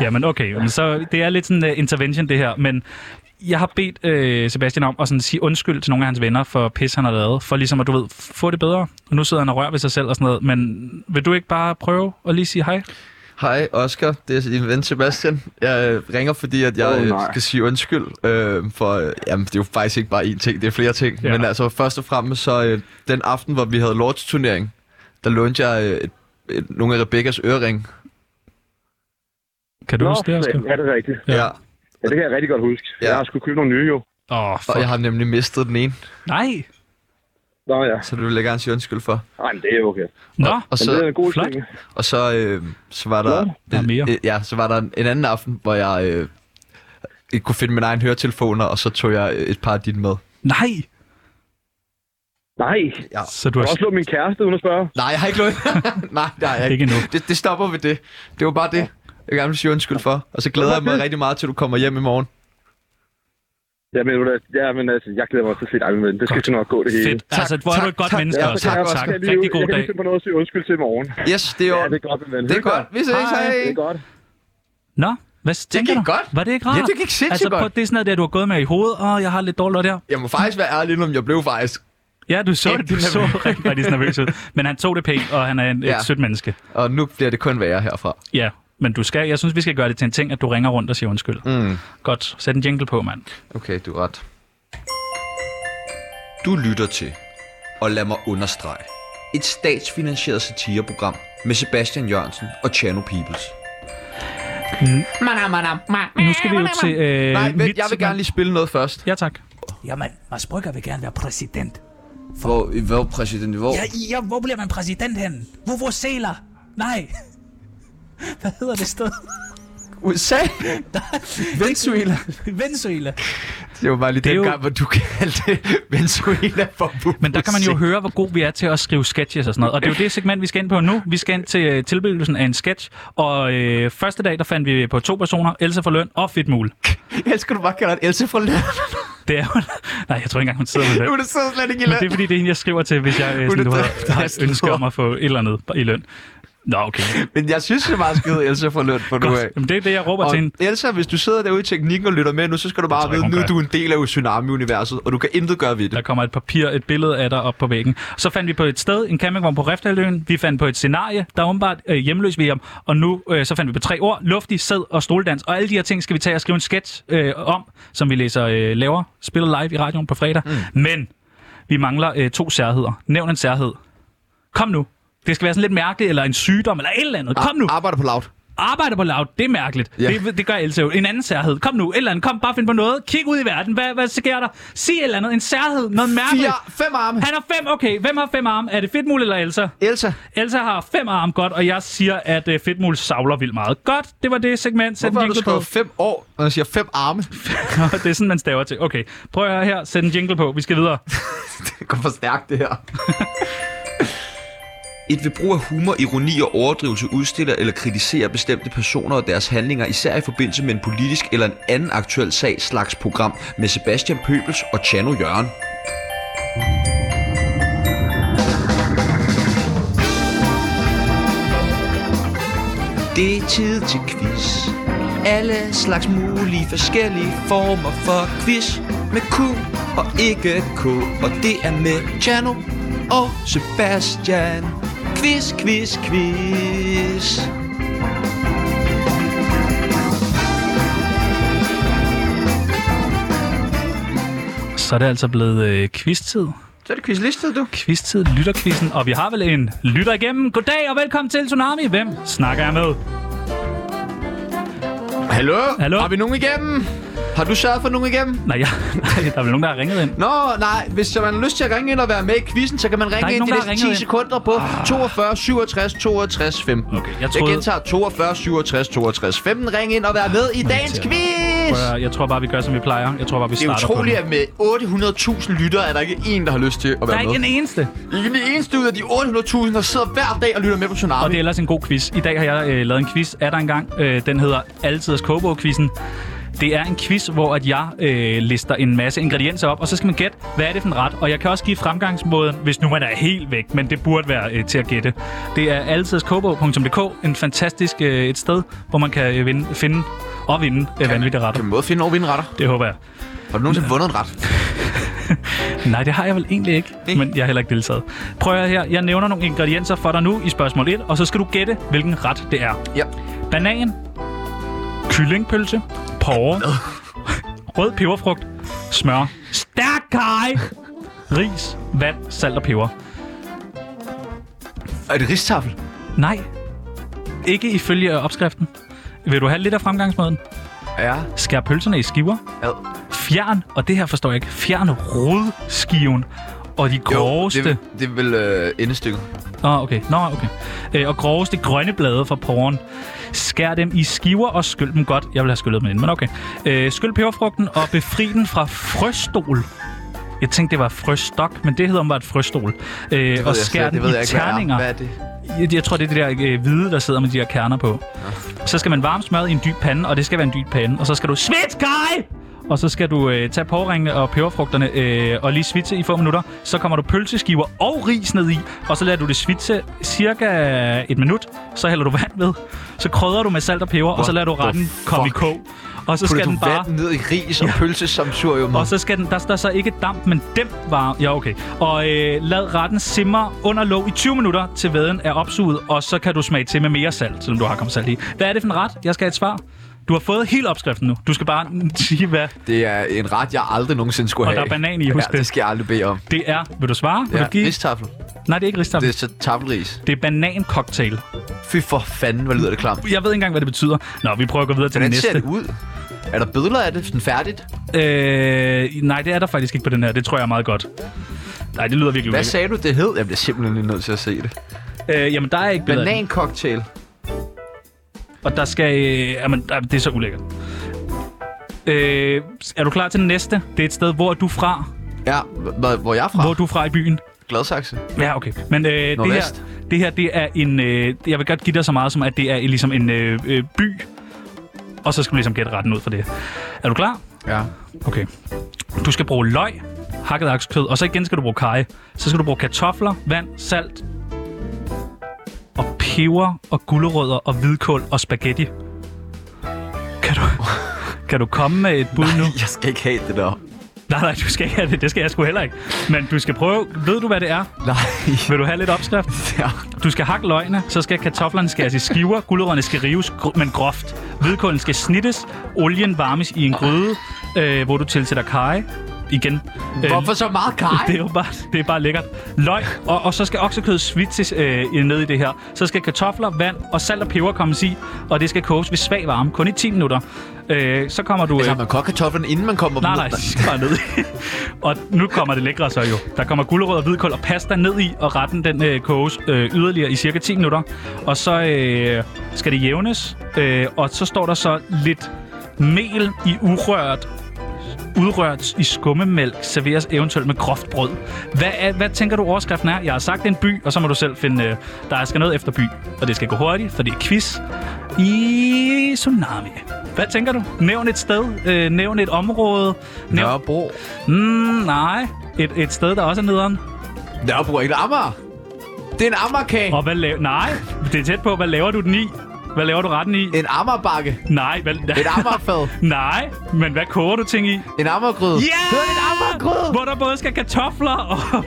Jamen okay, men så det er lidt sådan en uh, intervention det her, men jeg har bedt øh, Sebastian om at sådan sige undskyld til nogle af hans venner for pis, han har lavet, for ligesom at, du ved, få det bedre. Og nu sidder han og rører ved sig selv og sådan noget, men vil du ikke bare prøve at lige sige hej?
Hej Oscar, det er din ven Sebastian. Jeg øh, ringer, fordi at jeg
Åh,
oh,
nej.
skal sige undskyld. Øh, for øh, jamen, det er jo faktisk ikke bare én ting, det er flere ting. Ja.
Ja.
Men altså først og fremmest, så øh, den aften, hvor vi havde lords turnering, der lånte jeg øh, et, et, nogle af Rebekkas ørering.
Kan du Nå, huske det, Oscar?
men er det rigtigt?
Ja.
Ja. ja.
Ja, det kan jeg rigtig godt huske.
Ja.
Ja. Jeg har sgu købt nogle nye jo.
Åh, oh, fuck.
Og jeg har nemlig mistet den ene,
Nej!
Nå ja,
så det vil jeg gerne sige undskyld for.
Ej, men det er okay.
Nå,
Og
Men det er
så,
en god
flot.
ting.
og så, øh, så var der,
Nå,
der er mere.
Øh, ja, så var der en anden aften, hvor jeg øh, ikke kunne finde min egen høretelefoner, og så tog jeg øh, et par af dine med.
nej!
Nej,
Så du
jeg
har
har også slået min kæreste uden at spørge.
Nej, jeg har ikke lånt. Nej, det har jeg
Ikke endnu.
Det, det stopper ved det. Det var bare det, jeg gerne vil sige undskyld for. Og så glæder jeg mig rigtig meget til, du kommer hjem i morgen.
Ja, men, ja, men altså, jeg glæder mig til at se dig, men det skal
Godt.
sgu nok gå det hele.
Fedt. Tak, altså, hvor er
tak,
du et godt
tak.
menneske
Ja,
også.
tak,
Tak,
Oscar.
tak.
Jeg, lige,
Rigtig god
jeg kan
dag.
lige finde på noget at sige undskyld til i morgen.
Yes, det er
Ja,
jo...
det er godt, min ven.
det er godt. Vi ses. Hej.
Det er godt.
Nå, hvad tænker
gik
du?
godt.
Var det ikke rart?
Ja, det gik sindssygt
altså,
godt.
på, det er sådan noget, der, du har gået med i hovedet. Åh, jeg har lidt dårligt der.
Jeg må faktisk være ærlig nu, om jeg blev faktisk.
Ja, du så,
Ægte
det, du så rigtig faktisk nervøs ud. Men han tog det pænt, og han er en, ja.
Ja.
et sødt menneske.
Og nu bliver det kun værre herfra.
Ja, men du skal, jeg synes, vi skal gøre det til en ting, at du ringer rundt og siger undskyld.
Mm.
Godt, sæt en jingle på, mand.
Okay, du er ret.
Du lytter til, og lad mig understrege, et statsfinansieret satireprogram med Sebastian Jørgensen og Chano Peoples.
Nu skal vi jo til... Øh,
Nej, vent,
mit
jeg vil
segment.
gerne lige spille noget først.
Ja, tak.
Jamen, Mads Brygger vil gerne være præsident.
Hvor, i- hvor præsident, hvor?
Ja, i- ja, hvor bliver man præsident hen? Hvor, hvor sæler? Nej. Hvad hedder det sted?
USA? Venezuela.
Venezuela.
Det var bare lige
er
den
jo-
gang, hvor du kaldte Venezuela for
Men der kan man jo høre, hvor god vi er til at skrive sketches og sådan noget. Og det er jo det segment, vi skal ind på nu. Vi skal ind til øh, tilbydelsen af en sketch. Og øh, første dag, der fandt vi på to personer. Elsa for løn og Fedtmul.
Jeg elsker, du bare kalder det Else fra Løn.
Det er jo... Nej, jeg tror ikke engang, hun sidder med løn.
Hun er så slet ikke i
Men det er
løn.
fordi, det er hende, jeg skriver til, hvis jeg øh,
Hun er
sådan, du har,
død.
har
Jeg
et ønske
slår.
om at få et eller andet i løn. Nå, okay.
Men jeg synes, det er meget skide Elsa fra Lund på nu af.
Godt. Jamen, det er det, jeg råber
Og
til hende.
Elsa, hvis du sidder derude i teknikken og lytter med nu, så skal du
tror
bare
ikke,
vide,
hun
nu
gør.
er du en del af Tsunami-universet, og du kan intet gøre ved
Der
det.
kommer et papir, et billede af dig op på væggen. Så fandt vi på et sted, en campingvogn på Riftaløen. Vi fandt på et scenarie, der er åbenbart øh, hjemløs VM. Og nu øh, så fandt vi på tre ord. Luftig, sæd og stoledans. Og alle de her ting skal vi tage og skrive en sketch øh, om, som vi læser øh, laver, spiller live i radioen på fredag. Mm. Men vi mangler øh, to særheder. Nævn en særhed. Kom nu. Det skal være sådan lidt mærkeligt, eller en sygdom, eller et eller andet. Kom nu.
Arbejder på loud.
Arbejder på laut, det er mærkeligt. Ja.
Ja.
Det, det gør Else jo. En anden særhed. Kom nu, et eller andet. Kom, bare find på noget. Kig ud i verden. Hvad, hvad sker der? Sig et eller andet. En særhed. Noget mærkeligt.
Fire, fem arme.
Han har fem. Okay, hvem har fem arme? Er det Fedtmul eller Elsa?
Elsa,
Elsa har fem arme, godt, og jeg siger, at uh, Fedtmul savler vildt meget. Godt, det var det segment. Sæt en
hvorfor har du
jingle på.
skrevet fem år, når jeg siger fem arme?
det er sådan, man staver til. Okay, prøv at høre her. Sæt en jingle på. Vi skal videre.
Det går for stærkt, det her.
Et ved brug af humor, ironi og overdrivelse udstiller eller kritiserer bestemte personer og deres handlinger, især i forbindelse med en politisk eller en anden aktuel sag slags program med Sebastian Pøbels og Chano Jørgen. Det er tid til quiz. Alle slags mulige forskellige former for quiz med Q og ikke K. Og det er med Chano og Sebastian. Quiz, quiz, quiz.
Så er det altså blevet øh, quiz-tid.
Så er det quizlistet, du.
Quiz-tid, lytterquizzen. Og vi har vel en lytter igennem. Goddag og velkommen til Tsunami. Hvem snakker jeg med?
Hallo?
Hallo?
Har vi nogen igennem? Har du sørget for nogen igennem?
Nej, jeg, der er vel nogen, der har ringet ind.
Nå, nej. Hvis man har lyst til at ringe ind og være med i quizzen, så kan man
ikke
ringe ind
nogen,
de
der har
næste
ringet
10
ind. Ah.
sekunder på 42 67 62 15.
Okay, jeg troede-
jeg gentager 42 67 62 15. Ring ind og vær med i dagens quiz!
Prøv at høre, Jeg tror bare, vi gør, som vi plejer. Jeg tror bare, vi
Det er
starter
utroligt,
på
at med 800.000 lyttere er der ikke en, der har lyst til at
den. Der
være
er ikke en
med.
eneste.
Ikke en eneste ud af de 800.000, der sidder hver dag og lytter med på Tsunami.
Og det er ellers en god quiz. I dag har jeg øh, lavet en quiz. Er der engang? Øh, den hedder Altiders Kogebog-quizzen. Det er en quiz, hvor at jeg øh, lister en masse ingredienser op, og så skal man gætte, hvad er det for en ret. Og jeg kan også give fremgangsmåden, hvis nu man er helt væk, men det burde være øh, til at gætte. Det er altiderskogebog.dk, en fantastisk øh, et sted, hvor man kan øh, vinde, finde og vinde øh, vanvittige retter.
Kan man måde finde over vindretter?
Det håber jeg.
Har du nogensinde vundet en ret?
Nej, det har jeg vel egentlig ikke, men jeg har heller ikke deltaget. Prøv at høre her. Jeg nævner nogle ingredienser for dig nu i spørgsmål 1, og så skal du gætte, hvilken ret det er.
Ja.
Banan, kyllingpølse, porre, rød peberfrugt, smør, stærk kaj, ris, vand, salt og peber.
Er det ristafel?
Nej, ikke ifølge opskriften. Vil du have lidt af fremgangsmåden?
Ja.
Skær pølserne i skiver.
Ad.
Fjern, og det her forstår jeg ikke, fjern rodskiven og de groveste...
det, det er vel øh, endestykket.
Nå, Ah, okay. Nå, okay. Øh, og groveste grønne blade fra porren. Skær dem i skiver og skyl dem godt. Jeg vil have skyllet dem ind, men okay. Øh, skyl peberfrugten og befri den fra frøstol. Jeg tænkte, det var frøstok, men det hedder bare et frøstol. Øh, og skær
jeg,
den
det ved
i
jeg ikke, hvad er.
terninger.
Hvad er det?
Jeg, jeg tror, det er det der øh, hvide, der sidder med de her kerner på. Så skal man varme smøret i en dyb pande, og det skal være en dyb pande. Og så skal du svitse, Kai! Og så skal du øh, tage påringene og peberfrugterne øh, og lige svitse i få minutter. Så kommer du pølseskiver og ris ned i, og så lader du det svitse cirka et minut. Så hælder du vand ved. Så krydder du med salt og peber, og så lader du
the
retten komme i
fuck?
kog. Og så
Putter
skal
du
den bare...
vand ned i ris og pølse som surium?
Og så skal den, der står så ikke damp, men dæmp varme. Ja, okay. Og øh, lad retten simre under låg i 20 minutter, til væden er opsuget, og så kan du smage til med mere salt, selvom du har kommet salt i. Hvad er det for en ret? Jeg skal have et svar. Du har fået hele opskriften nu. Du skal bare sige, hvad
Det er en ret, jeg aldrig nogensinde skulle
Og
have.
der er banan i, husk
ja,
det.
det. skal jeg aldrig bede om.
det er. Vil du svare? Vil
Ja,
du give?
ristafel.
Nej, det er ikke rigstam.
Det
Det...
er så tafelris.
det er banancocktail.
Fy for fanden, hvor lyder det klamt.
Jeg ved ikke engang, hvad det betyder. Nå, vi prøver at gå videre til
Hvordan ser
det
det ud? Er der billeder af det sådan færdigt?
næste. Øh, nej, det er der faktisk ikke på den her. Det tror jeg er meget godt. Nej, det lyder virkelig
Hvad
ulækkert.
sagde du, det hed? Jeg bliver simpelthen lige nødt til at se det.
Øh, jamen, der er ikke billeder af den.
Banancocktail.
Og der skal... Øh, jamen, der- det er så ulækkert. Øh, er du klar til den næste? Det er et sted, hvor er du fra?
Ja, hvor, hvor er jeg fra?
Hvor er du fra i byen?
Gladsaxe.
Ja, okay. Men øh, det, her,
Nordvest.
det her, det er en... Øh, jeg vil godt give dig så meget som, at det er ligesom en øh, øh, by. Og så skal du ligesom gætte retten ud for det. Er du klar?
Ja.
Okay. Du skal bruge løg, hakket oksekød, og så igen skal du bruge kaj. Så skal du bruge kartofler, vand, salt og peber og gulerødder og hvidkål og spaghetti. Kan du, kan du komme med et bud nu?
Jeg skal ikke have det der.
Nej, nej, du skal ikke have det. Det skal jeg sgu heller ikke. Men du skal prøve. Ved du, hvad det er?
Nej.
Vil du have lidt opskrift?
Ja.
Du skal hakke løgene, så skal kartoflerne skæres i skiver, gulerødderne skal rives, gr- men groft. Hvidkålen skal snittes, olien varmes i en gryde, øh, hvor du tilsætter kaj. Igen. Øh,
Hvorfor så meget kaj?
Det er jo bare, det er bare lækkert. Løg, og, og så skal oksekødet svitses øh, ned i det her. Så skal kartofler, vand og salt og peber kommes i, og det skal koges ved svag varme, kun i 10 minutter. Øh, så kommer du...
Altså,
øh,
har man kogt kartoflerne, inden man kommer
Nej,
dem
nej,
ned?
de skal bare ned i. og nu kommer det lækre så jo. Der kommer gulerød og hvidkål og pasta ned i, og retten den øh, koges øh, yderligere i cirka 10 minutter. Og så øh, skal det jævnes, øh, og så står der så lidt mel i urørt udrørt i skummemælk, serveres eventuelt med groft brød. Hvad, er, hvad tænker du overskriften er? Jeg har sagt, det er en by, og så må du selv finde, øh, der skal noget efter by. Og det skal gå hurtigt, for det er quiz i Tsunami. Hvad tænker du? Nævn et sted, øh, nævn et område. Nævn...
Nørrebro.
Mm, nej, et, et sted, der også er nederen.
Nørrebro er ikke en Amager. Det er en Amagerkage.
Og hvad laver... Nej, det er tæt på. Hvad laver du den i? Hvad laver du retten i?
En Amagerbakke.
Nej, hvad...
Et Amagerfad.
Nej, men hvad koger du ting i?
en Amagergryde.
Ja!
Det er en Amagergryde.
Hvor der både skal kartofler og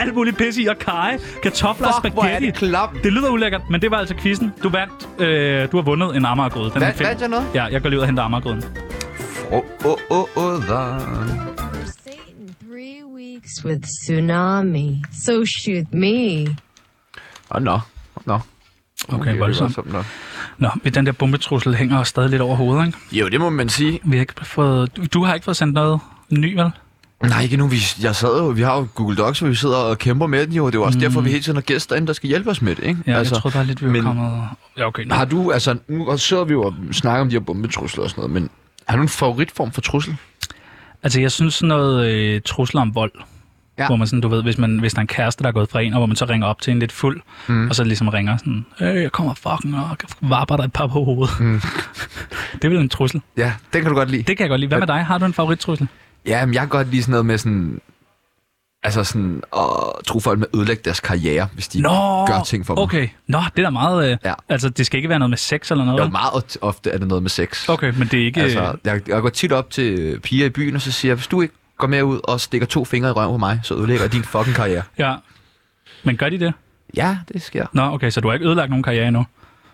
alt muligt pisse i og kaj. Kartofler og
Fuck, hvor er
spaghetti.
det klap.
det lyder ulækkert, men det var altså quizzen. Du vandt. Øh, du har vundet en Amagergrød. Den
Vand- vandt jeg noget?
Ja, jeg går lige ud og henter Amagergrøden.
Åh, åh, åh, åh, da.
Stay in three weeks with tsunami. So shoot me.
Åh, nå. Åh, nå.
Okay, voldsomt.
nok.
Nå, men den der bombetrussel hænger os stadig lidt over hovedet, ikke?
Jo, det må man sige.
Vi har ikke fået... Du, du har ikke fået sendt noget ny, vel?
Nej, ikke nu. Vi, jeg sad jo, vi har jo Google Docs, hvor vi sidder og kæmper med den jo. og Det er jo også mm. derfor, vi hele tiden har gæster ind, der skal hjælpe os med det, ikke?
Ja, altså, jeg troede bare lidt, vi var
men-
kommet... Ja, okay. Nå.
Har du, altså, nu sidder vi jo og snakker om de her bombetrusler og sådan noget, men har du en favoritform for trussel?
Altså, jeg synes sådan noget øh, trusler om vold. Ja.
Ja.
Hvor man sådan, du ved, hvis, man, hvis der er en kæreste, der er gået fra en, og hvor man så ringer op til en lidt fuld, mm. og så ligesom ringer sådan, øh, jeg kommer fucking og varper dig et par på hovedet. Mm. det er vel en trussel.
Ja, den kan du godt lide.
Det kan jeg godt lide. Hvad med dig? Har du en favorittrussel?
Ja, men jeg kan godt lide sådan noget med sådan... Altså sådan at tro folk med at ødelægge deres karriere, hvis de gør ting for dem.
okay. Nå, det er da meget... Øh, ja.
Ja.
Altså, det skal ikke være noget med sex eller noget?
Jo,
vel?
meget ofte er det noget med sex.
Okay, men det er ikke... øh,
Altså, jeg, jeg går tit op til piger i byen, og så siger jeg, hvis du ikke går med ud og stikker to fingre i røven på mig, så ødelægger jeg din fucking karriere.
Ja. Men gør de det?
Ja, det sker.
Nå, okay, så du har ikke ødelagt nogen karriere endnu.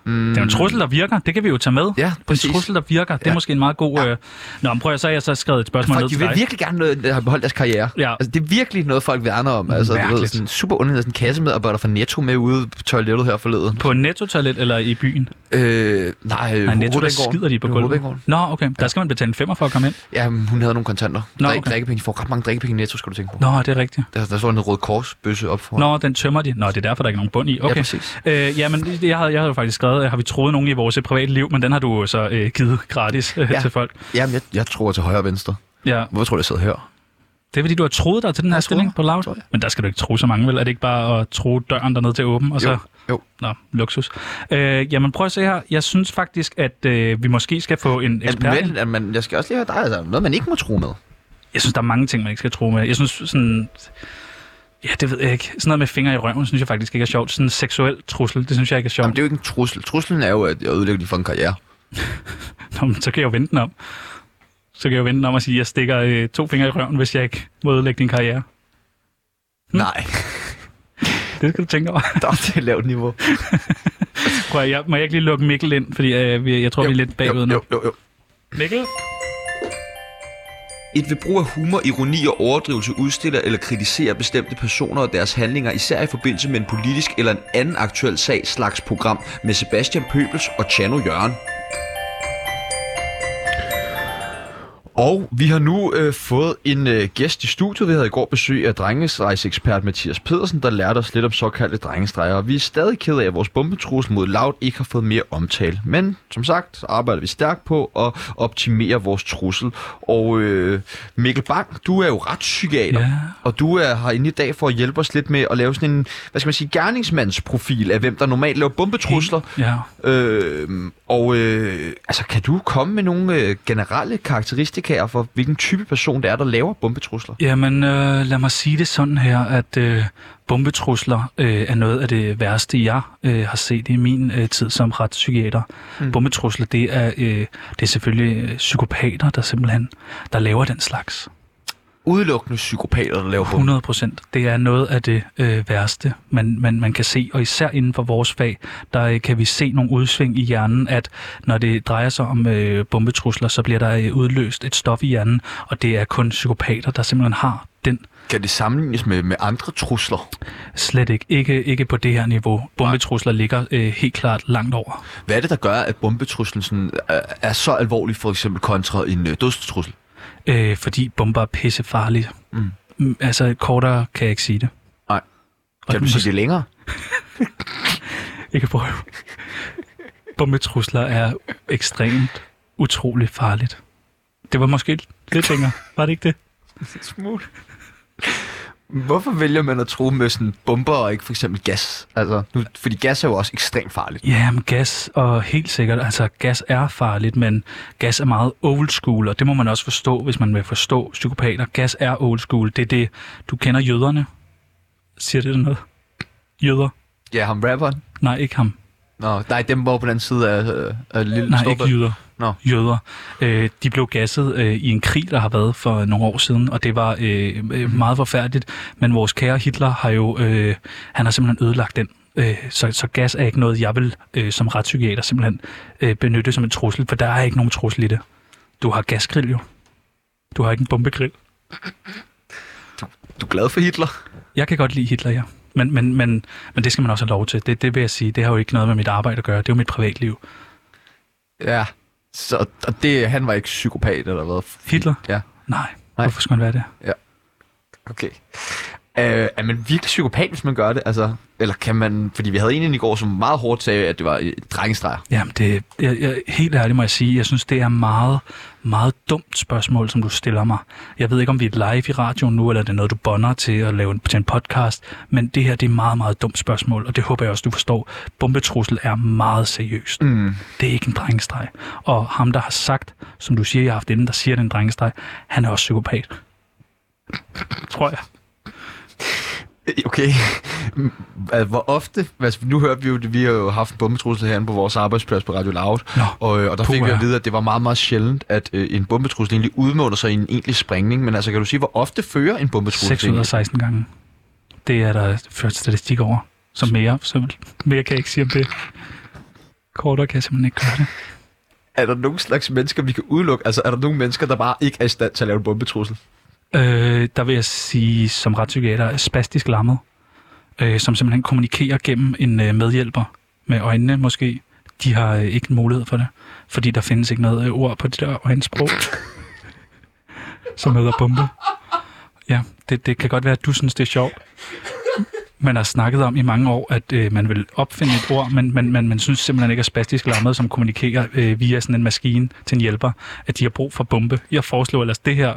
Mm. Det er jo en trussel, der virker. Det kan vi jo tage med.
Ja,
En
præcis.
trussel, der virker. Det er ja.
Ja.
måske en meget god... Ja. Øh... Nå, men prøv at så har jeg så skrevet et spørgsmål ned
Folk, de
til
vil
dig.
virkelig gerne noget, der har beholdt deres karriere.
Ja.
Altså, det er virkelig noget, folk værner om. Altså, du ved,
Mærkeligt.
sådan super underligt, sådan en kassemedarbejder fra Netto med ude på toilettet her forleden.
På netto-toilet eller i byen?
Øh, nej,
Nej, netto, der skider de på gulvet.
Hovedbanegården.
Nå, okay. Der skal man betale en femmer for at komme ind.
Ja, men hun havde nogle kontanter.
Nå,
Nå, Drik,
okay.
okay. drikkepenge. De får ret mange drikkepenge i Netto, skal du tænke på.
Nå, det er rigtigt.
Der, der står en rød korsbøsse op foran.
Nå, den tømmer de. Nå, det er derfor, der ikke er nogen bund i. Okay.
præcis.
Øh, jamen, det- jeg havde, jeg havde jo faktisk skrevet, øh, har vi troet nogen i vores private liv, men den har du jo så øh, givet gratis øh, ja.
Ja.
til folk.
Jamen, jeg, jeg tror til højre og venstre.
Ja.
Hvorfor tror du, jeg sidder her?
Det er fordi, du har troet dig til den her
Jeg troede
stilling
mig,
på lavet.
tror jeg.
Men der skal du ikke tro så mange, vel? Er det ikke bare at tro døren dernede til åben? Og så...
Jo, jo.
Nå, luksus. Øh, jamen, prøv at se her. Jeg synes faktisk, at øh, vi måske skal få en
At,
ekspert. ind.
Altså, men, at man, jeg skal også lige høre dig. Altså, noget, man ikke må tro med.
Jeg synes, der er mange ting, man ikke skal tro med. Jeg synes sådan... Ja, det ved jeg ikke. Sådan noget med fingre i røven, synes jeg faktisk ikke er sjovt. Sådan en seksuel trussel, det synes jeg ikke er sjovt.
Jamen, det er jo ikke en trussel. Truslen er jo, at jeg ødelægger din fucking karriere.
Nå, men så kan jeg jo vente den om. Så kan jeg jo vente den om og sige, at jeg stikker øh, to fingre i røven, hvis jeg ikke må ødelægge din karriere. Hm.
Nej,
Det skal du tænke over.
der er det et lavt niveau.
Prøv, at- jeg, må jeg ikke lige lukke Mikkel ind, fordi øh, vi, jeg tror, jo, vi er lidt bagud
jo,
nu.
jo, jo, jo.
Mikkel?
Et ved brug af humor, ironi og overdrivelse udstiller eller kritiserer bestemte personer og deres handlinger, især i forbindelse med en politisk eller en anden aktuel sag slags program med Sebastian Pøbels og Chano Jørgen.
Og vi har nu øh, fået en øh, gæst i studiet. Vi havde i går besøg af drengestregsekspert Mathias Pedersen, der lærte os lidt om såkaldte drengestreger. Og vi er stadig ked af, at vores bombetrussel mod Loud ikke har fået mere omtale. Men som sagt, så arbejder vi stærkt på at optimere vores trussel. Og øh, Mikkel Bang, du er jo retspsykiater,
Ja.
og du er herinde i dag for at hjælpe os lidt med at lave sådan en, hvad skal man sige, gerningsmandsprofil af hvem, der normalt laver bombetrusler.
Ja.
Øhm, Øh, og øh, altså, kan du komme med nogle øh, generelle karakteristik, anklager for, hvilken type person det er, der laver bombetrusler?
Jamen, øh, lad mig sige det sådan her, at øh, bombetrusler øh, er noget af det værste, jeg øh, har set i min øh, tid som retspsykiater. Mm. Bombetrusler, det er, øh, det er selvfølgelig øh, psykopater, der simpelthen der laver den slags.
Udelukkende psykopater, der laver bomber.
100 procent. Det er noget af det øh, værste, man, man, man kan se, og især inden for vores fag, der øh, kan vi se nogle udsving i hjernen, at når det drejer sig om øh, bombetrusler, så bliver der øh, udløst et stof i hjernen, og det er kun psykopater, der simpelthen har den
Kan det sammenlignes med, med andre trusler?
Slet ikke. Ikke, ikke på det her niveau. Bombetrusler ligger øh, helt klart langt over.
Hvad er det, der gør, at bombetruslen sådan, er, er så alvorlig, for eksempel kontra en øh, dødstrussel?
Øh, fordi bomber er pissefarlige.
Mm.
Mm. Altså, kortere kan jeg ikke sige det.
Nej.
Og
Kan du
den-
sige det længere?
Jeg kan prøve. Bombetrusler er ekstremt utroligt farligt. Det var måske lidt længere. Var det ikke det?
smule. Hvorfor vælger man at tro med sådan bomber og ikke for eksempel gas? Altså, nu, fordi gas er jo også ekstremt farligt.
Ja, men gas, og helt sikkert, altså gas er farligt, men gas er meget old school, og det må man også forstå, hvis man vil forstå psykopater. Gas er old school, det er det, du kender jøderne. Siger det dig noget? Jøder?
Ja, ham rapperen.
Nej, ikke ham.
Nå, nej, dem var på den anden side af, øh, af lille
Nej, ikke
Storbritannien.
jøder.
Nå.
Jøder. Øh, de blev gasset øh, i en krig, der har været for nogle år siden, og det var øh, øh,
Mhm.
meget forfærdeligt. Men vores kære Hitler har jo øh, han har simpelthen ødelagt den. Øh, så, så gas er ikke noget, jeg vil øh, som retspsykiater simpelthen øh, benytte som en trussel, for der er ikke nogen trussel i det. Du har gasgrill jo. Du har ikke en bombegrill.
Du er glad for Hitler?
Jeg kan godt lide Hitler, ja. Men, men, men, men det skal man også have lov til. Det, det vil jeg sige. Det har jo ikke noget med mit arbejde at gøre. Det er jo mit privatliv.
Ja. Så og det, han var ikke psykopat eller hvad?
Hitler?
Ja,
Nej. Nej. Hvorfor skulle man være det?
okay. Øh, er man virkelig psykopat, hvis man gør det? Altså, eller kan man... Fordi vi havde en ind i går, som meget hårdt sagde, at det var øh, et drengestreger.
Jamen, det, jeg, jeg, helt ærligt må jeg sige, jeg synes, det er meget, meget dumt spørgsmål, som du stiller mig. Jeg ved ikke, om vi er live i radioen nu, eller det er noget, du bonder til at lave en, til en podcast, men det her, det er meget, meget dumt spørgsmål, og det håber jeg også, du forstår. Bombetrussel er meget seriøst. Mm. Det er ikke en drengestreg. Og ham, der har sagt, som du siger, jeg har haft inden, der siger, det er en drengestreg, han er også psykopat. Tror jeg.
Øh, Okay. Mm, altså, Hvor ofte... Altså, nu hørte vi jo, vi har jo haft en bombetrussel herinde på vores arbejdsplads på Radio Loud.
Nå,
Og, øh, og der fik
puha.
vi at vide, at det var meget, meget sjældent, at øh, en bombetrussel egentlig udmunder sig i en egentlig sprængning. Men altså, kan du sige, hvor ofte fører en bombetrussel
6 ud af 16 gange. Det er der ført statistik over. Så mere, så mere kan jeg ikke sige om det. Kortere kan jeg simpelthen ikke gøre det.
Er der nogen slags mennesker, vi kan udelukke? Altså, er der nogen mennesker, der bare ikke er i stand til at lave en bombetrussel?
Øh, der vil jeg sige, som retspsykiater, er spastisk lammet, øh, som simpelthen kommunikerer gennem en øh, medhjælper med øjnene måske. De har øh, ikke mulighed for det, fordi der findes ikke noget øh, ord på det der øjensprog, som hedder bombe. Ja, det, det kan godt være, at du synes, det er sjovt. Man har snakket om i mange år, at øh, man vil opfinde et ord, men man, man, man synes simpelthen ikke, at spastisk lammet, som kommunikerer øh, via sådan en maskine til en hjælper, at de har brug for bombe. Jeg foreslår ellers det her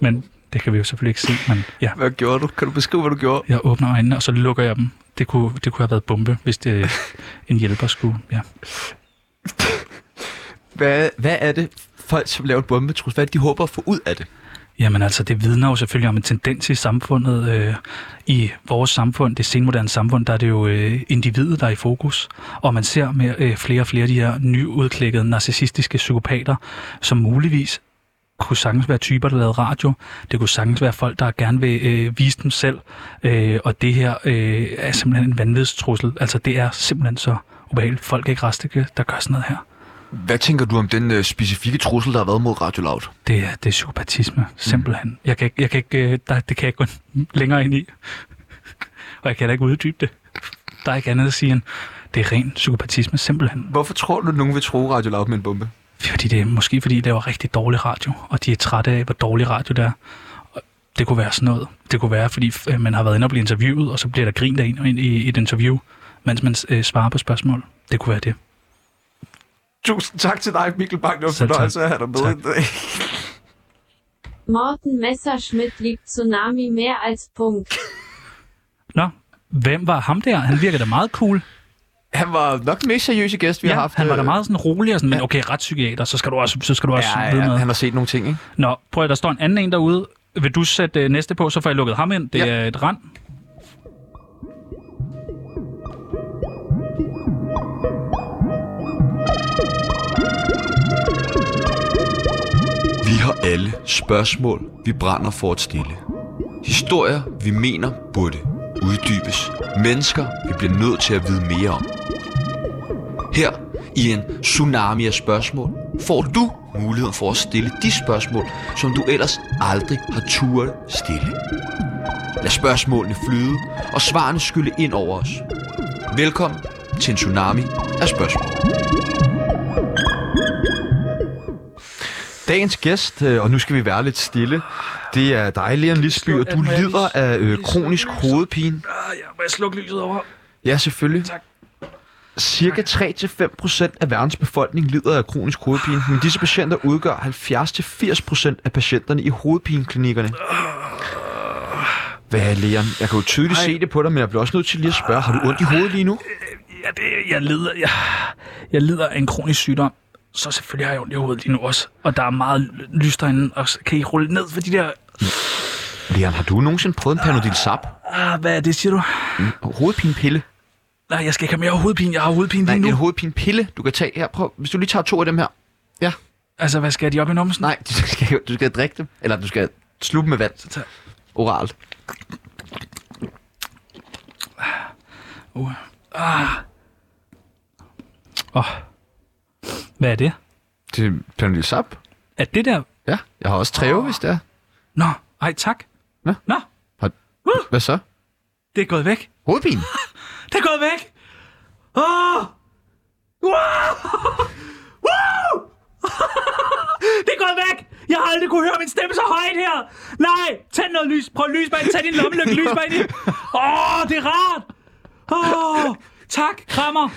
men det kan vi jo selvfølgelig ikke se, men ja.
Hvad gjorde du? Kan du beskrive, hvad du gjorde?
Jeg åbner øjnene, og så lukker jeg dem. Det kunne, det kunne have været bombe, hvis det en hjælper skulle. Ja.
Hvad, hvad er det, folk som laver en bombetrussel, hvad er det, de håber at få ud af det?
Jamen altså, det vidner jo selvfølgelig om en tendens i samfundet. Øh, I vores samfund, det senmoderne samfund, der er det jo øh, individet, der er i fokus. Og man ser med øh, flere og flere af de her nyudklækkede narcissistiske psykopater, som muligvis kunne sagtens være typer, der lavede radio. Det kunne sagtens være folk, der gerne vil øh, vise dem selv. Øh, og det her øh, er simpelthen en vanvidstrussel. Altså, det er simpelthen så ubehageligt. Folk er ikke rastiske, der gør sådan noget her.
Hvad tænker du om den øh, specifikke trussel, der har været mod Radio Loud?
Det er, det er psykopatisme, simpelthen. Mm. Jeg kan, ikke- jeg kan ikke, øh, der, det kan jeg ikke gå længere ind i. Og jeg kan heller ikke uddybe det. Der er ikke andet at sige end, det er ren psykopatisme, simpelthen.
Hvorfor tror du, at nogen vil tro Radio Loud med en bombe?
Fordi det er måske, fordi de laver rigtig dårlig radio, og de er trætte af, hvor dårlig radio det er. Og Det kunne være sådan noget. Det kunne være, fordi øh, man har været inde og blive interviewet, og så bliver der grint af en og en i et interview, mens man øh, svarer på spørgsmål. Det kunne være det.
Tusind tak til dig, Mikkel Bang. Det var en
Selv tak.
fornøjelse at have dig med.
Tak.
i dag.
Morten Messerschmidt liebt Tsunami mehr als Punkt.
Nå, hvem var ham der? Han virker da meget cool.
han var nok den mest seriøse gæst, vi
ja,
har haft.
han var da
øh,
meget sådan rolig og sådan, men okay, retspsykiater, så skal du også, så skal du også
Ja,
vide
ja,
noget.
han har set nogle ting, ikke?
Nå, prøv at der står en anden en derude. Vil du sætte øh, næste på, så får jeg lukket ham ind. Det
Ja.
ja. er et rand.
Vi har alle spørgsmål, vi brænder for at stille. Historier, vi mener burde uddybes. Mennesker, vi bliver nødt til at vide mere om. Her i en tsunami af spørgsmål får du muligheden for at stille de spørgsmål, som du ellers aldrig har turet stille. Lad spørgsmålene flyde, og svarene skylle ind over os. Velkommen til en tsunami af spørgsmål.
Dagens gæst, øh, og nu skal vi være lidt stille, det er dig, Leon Lisby, og du lider af øh, kronisk hovedpine.
Ah, ja, må jeg slukke lyset over?
Ja, selvfølgelig. Tak. Cirka 3-5% af verdens befolkning lider af kronisk hovedpine, men disse patienter udgør 70-80% af patienterne i hovedpineklinikkerne. Hvad er Leon? Jeg kan jo tydeligt Ej. se det på dig, men jeg bliver også nødt til lige at spørge, har du ondt i hovedet lige nu?
Ja, det, jeg, lider, jeg, jeg lider af en kronisk sygdom. Så selvfølgelig har jeg ondt i hovedet lige nu også. Og der er meget l- lys derinde. Og så kan I rulle ned for de der...
Leon, har du nogensinde prøvet en Panodil Sap?
Ah, hvad er det, siger du?
Hovedpinepille?
Nej, jeg skal ikke have mere hovedpine. Jeg har hovedpine
Nej,
lige
en
nu.
hovedpinepille, du kan tage her. Prøv, hvis du lige tager to af dem her.
Altså, hvad skal de op i numsen?
Nej, du skal, du skal drikke dem. Eller du skal sluppe med vand.
tag-
Oralt.
Oh. Hvad er det?
Det er Panodil Sap.
Er det der...
Ja, jeg har også træve, hvis det er.
Nå, ej, tak.
Nå.
Nå,
Hvad så?
det er gået væk.
Hovedpine?
Det er gået væk! Åh! Oh! Wow! Wow! det er gået væk! Jeg har aldrig kunne høre min stemme så højt her! Nej! Tænd noget lys! Prøv lys bag Tag din lommelygte lys bag din! Åh, oh, det er rart! Åh! Oh, tak, krammer!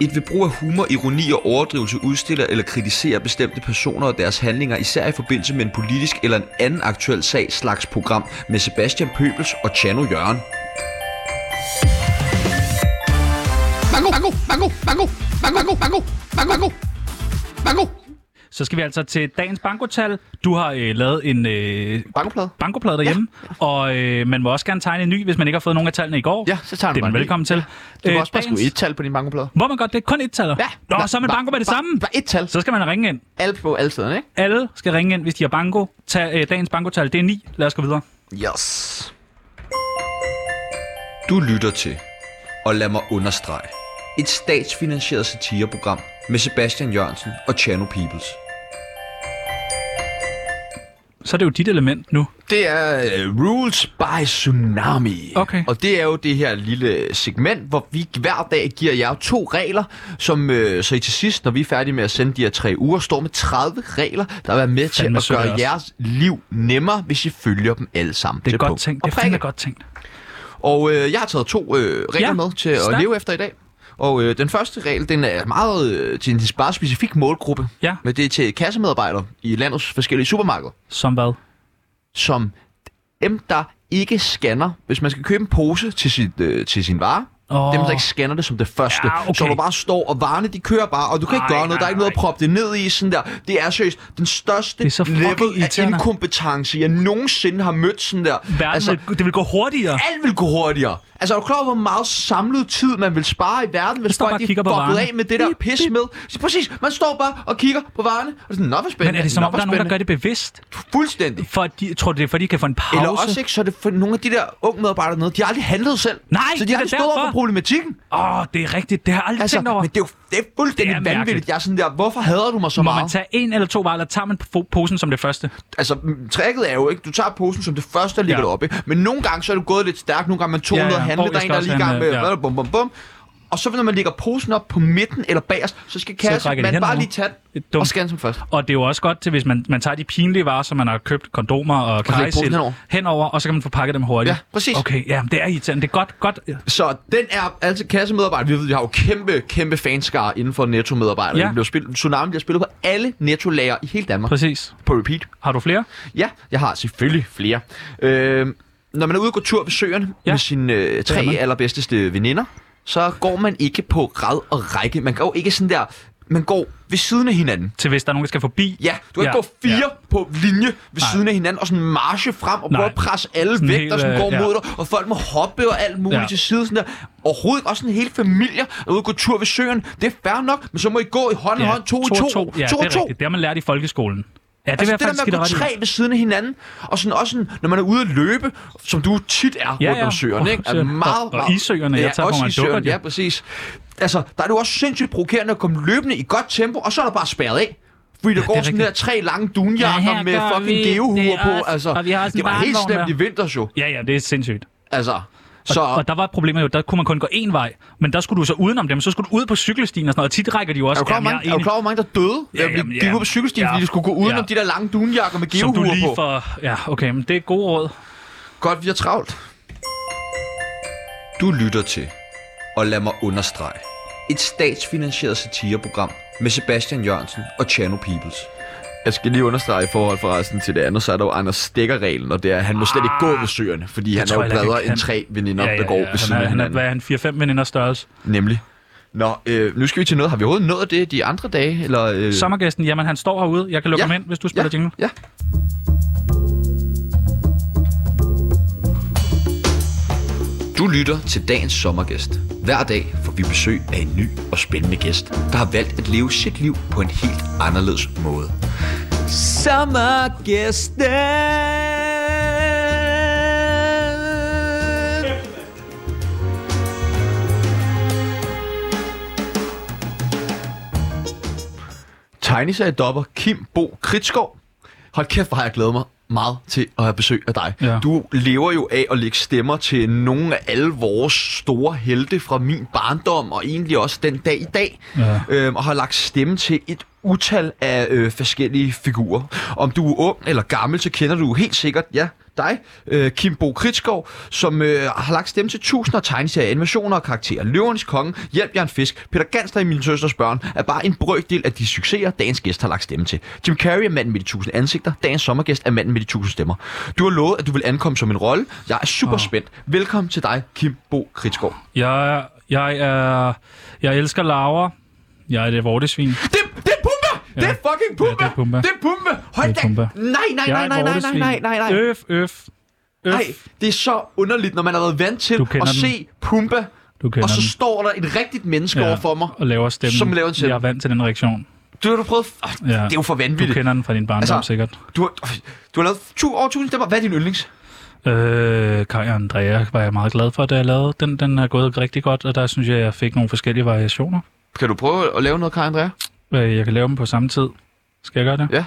Et ved brug af humor, ironi og overdrivelse udstiller eller kritiserer bestemte personer og deres handlinger, især i forbindelse med en politisk eller en anden aktuel sag slags program med Sebastian Pøbels og Chano Jørgen. Mango, mango, mango, mango, mango, mango, mango, mango, mango.
Så skal vi altså til dagens bankotal. Du har øh, lavet en øh,
Bankoplade?
bankoplade derhjemme, ja. og øh, man må også gerne tegne en ny, hvis man ikke har fået nogen af tallene i går.
Ja, så tager du
Det er
bare
man
en ny.
velkommen til.
Du kan
Øh,
også bare skrive
dagens-
et tal på din bankoplade.
Må man godt det? Kun et taler?
Ja.
Nå,
Hva-
så er man
hva-
banko med det
hva-
samme.
hva- et tal.
Så skal man ringe ind.
Alt på alle stederne, ikke?
Alle skal ringe ind, hvis de har banko. Tag, øh, dagens bankotal, det er 9. Lad os gå videre.
Yes.
Du lytter til, og lad mig understrege, et statsfinansieret satireprogram med Sebastian Jørgensen og Chano Peoples.
Så er det jo dit element nu.
Det er uh, Rules by Tsunami.
Okay.
Og det er jo det her lille segment, hvor vi hver dag giver jer to regler, som uh, så I til sidst, når vi er færdige med at sende de her tre uger, står med 30 regler, der er med til
Fandme
at
sødt
gøre
også.
jeres liv nemmere, hvis I følger dem alle sammen
Det er
til
godt
punkt
tænkt.
og
Det er fandme
prikke.
godt tænkt.
Og øh, jeg har taget to øh, regler
Ja,
med til at
stærkt.
leve efter i dag. Og øh, den første regel, den er meget øh, til en meget specifik målgruppe.
Ja.
Men det er til kassemedarbejdere i landets forskellige supermarkeder,
Som hvad?
som dem, der ikke scanner, hvis man skal købe en pose til, sit, øh, til sin vare,
Åh.
dem, der ikke scanner det som det første.
Ja, okay.
Så du bare står, og varerne de kører bare, og du kan ikke
Ej,
gøre noget.
nej,
der er ikke noget at
nej.
proppe det ned i. Sådan der. Det er seriøst den største
Det er så fucking
level af
irriterende.
inkompetence, jeg nogensinde har mødt. Sådan der.
Verden altså, vil, det vil gå hurtigere.
alt ville gå hurtigere. Altså, er du klar over, hvor meget samlet tid, man vil spare i verden, hvis
står bare
folk
og
de
kigger på
fuckede
varerne.
af med det der pis med? Så Præcis, man står bare og kigger på varerne, og det er sådan, nå, hvor spændende.
Men er det som
nå,
om,
hvor
der er nogen, der gør
spændende."
det bevidst?
Fuldstændig.
For at de, tror du, det er, fordi de kan få en pause?
Eller også ikke, så er det for nogle af de der unge medarbejdere nede, de har aldrig handlet selv.
Nej,
så
det
de
er
har aldrig
da
stået over
derfor.
for problematikken.
Åh, oh, det er rigtigt. Det har jeg aldrig altså,
Altså,
tænkt over.
men det er jo det er fuldstændig
Det er
det er vanvittigt.
mærkeligt.
Jeg er sådan der, hvorfor hader du mig
Må
så meget?
man tage en eller to varer, eller tager man po- posen som det første?
altså, mm, tricket er jo ikke, du tager posen som det første, der ligger
Ja.
ja. deroppe. Men nogle gange, så er du gået lidt stærkt. Nogle gange man tog
Ja, ja.
ja, noget at handle,
Hov,
der er
jeg
en,
skal
der er lige i
også
gang med,
handle,
ja. bum, bum, bum. Og så når man lægger posen op på midten eller bagerst, så skal kassen,
rækker de
man bare
henover.
lige tage den
Det er dumt.
og scanne som først.
Og det er jo også godt til, hvis man, man tager de pinlige varer, som man har købt, kondomer og
lægge posen
kajsil,
henover.
henover, og så kan man få pakket dem hurtigt.
Ja, præcis.
Okay, ja, det er irriterende. Det er godt, godt.
Så den er altså kassemedarbejder. Vi ved, vi har jo kæmpe, kæmpe fanskar inden for netto-medarbejdere.
Ja.
Ja. Bliver spillet, Tsunami bliver spillet på alle netto-lager i hele Danmark.
Præcis.
På repeat.
Har du flere?
Ja, jeg har selvfølgelig flere. Øh, når man er ude og gå tur ved søerne
Ja.
ja. med sine øh, tre
Det er man.
allerbedste veninder, så går man ikke på rad og række. Man går ikke sådan der... Man går ved siden af hinanden.
Til hvis der er nogen, der skal forbi.
Ja, du
Ja.
kan ja. ikke gå fire
Ja.
ja. på linje ved
Nej.
Nej. siden af hinanden og sådan marche frem og prøve
Nej.
at presse alle
Sådan
væk,
helt,
der sådan
øh,
går
ja.
mod dig, og folk må hoppe og alt muligt
Ja.
ja. til side. Sådan der. Overhovedet ikke. også sådan hele familier, der er ude og gå tur ved søen. Det er fair nok, men så må I gå i hånd i hånd, to i to, to,
Ja,
to,
det
i
er
to.
rigtigt. Det har man lært i folkeskolen. Ja, det
Det,
vil
altså,
jeg faktisk
det
give
der
dig
med at gå
ret i.
tre ved siden af hinanden, og sådan også, sådan, når man er ude at løbe, som du tit er
Ja,
rundt
ja.
om søerne, ikke?
Og-
Er meget,
og
meget,
i søerne. Jeg tager på
også
mig
i
en dukkert,
søerne,
jo.
ja, præcis. Altså, der er det jo også sindssygt provokerende at komme løbende i godt tempo, og så er der bare spærret af. Fordi der
Ja,
går
det er
sådan der
rigtigt.
tre lange dunjakker
Ja, her
med
gør
fucking
vi
geohuer
det
på.
også.
Altså,
Og vi har også en
det var helt
barnevogn
slemt i
der.
vinters jo.
Ja, ja, det er sindssygt.
Altså, så...
Og, og der var problemet jo, der kunne man kun gå én vej, men der skulle du så udenom dem, så skulle du ud på cykelstien og sådan noget, og tit rækker de jo også.
er du klar,
"Jamen,
hvor
jeg
mange- er du
enig."
klar, hvor mange der døde?
Ja,
Ja,
jamen,
de gik
ja.
ud på cykelstien,
Ja.
fordi de skulle gå udenom
Ja.
de der lange dunjakker med
Som du
geohuer
lige
på.
for... Ja, okay, men det er gode råd.
Godt, vi har travlt.
Du lytter til, og lad mig understrege, et statsfinansieret satireprogram med Sebastian Jørgensen og Chano Peoples.
Jeg skal lige understrege i forhold forresten til det andet, så er der jo Anders Stikker-reglen, og det er, at han må slet ikke gå ved søerne, fordi han er
Ah, tror
jo
jeg heller ikke,
bredere
han-
end tre veninder,
ja, ja,
der går
ja.
ved siden
han er,
af
han er,
hinanden.
hvad er han, 4-5 veninder størrelse.
Nemlig. Nå, øh, nu skal vi til noget. Har vi overhovedet nået det de andre dage? Eller, øh...
Sommergæsten, jamen han står herude. Jeg kan lukke
Ja.
ham ind, hvis du
ja,
spiller jingle.
ja.
Du lytter til dagens sommergæst. Hver dag får vi besøg af en ny og spændende gæst, der har valgt at leve sit liv på en helt anderledes måde. Sommergæsten!
Tegneseriedopper Kim Bo Kritskov. Hold kæft, hvor har jeg glædet mig meget til at have besøg af dig.
Ja.
Du lever jo af at lægge stemmer til nogle af alle vores store helte fra min barndom, og egentlig også den dag i dag,
Ja.
øhm, og har lagt stemme til et utal af øh, forskellige figurer. Om du er ung eller gammel, så kender du helt sikkert, ja, dig, øh, Kim Bo Kritskov, som øh, har lagt stemme til tusinder af tegneserier, animationer og karakterer. Løvernes Konge, Hjælp Jørgen Fisk, Peter Gansler i Min Søsters Børn er bare en brøkdel af de succeser, dagens gæst har lagt stemme til. Jim Carrey er manden med de tusind ansigter, dagens sommergæst er manden med de tusind stemmer. Du har lovet, at du vil ankomme som en rolle. Jeg er super spændt. Velkommen til dig, Kim Bo Kritskov.
Jeg, jeg, er, jeg elsker laver. Jeg er det vortesvin.
Det, det er Pumba! Ja. Det er fucking Pumba!
Ja, det er Pumba.
Det er Pumba! Hold
Det er
da!
Pumba.
Nej, nej,
Jeg
nej,
er
nej,
et
nej, nej,
vortesvin.
nej, nej, nej.
Øf, øf, øf.
Nej, det er så underligt, når man har været vant til
Du
at
kender den.
se Pumba,
Du kender
og så
den.
står der et rigtigt menneske
Ja,
over for mig.
Og laver stemmen.
Som laver en stemme.
Jeg er vant til den reaktion.
Du har du prøvet... Oh,
Ja.
Det er jo for
Du
vanvittigt.
kender den fra din barndom altså,
Altså,
sikkert.
Du har, du har lavet tu- over 1000 stemmer. Hvad er din yndlings?
Øh, Kai og Andrea var jeg meget glad for, da jeg lavede. Den, den er gået rigtig godt, og der synes jeg, jeg fik nogle forskellige variationer.
Kan du prøve at lave noget, Kai Andrea?
Øh, Jeg kan lave dem på samme tid. Skal jeg gøre det?
Ja.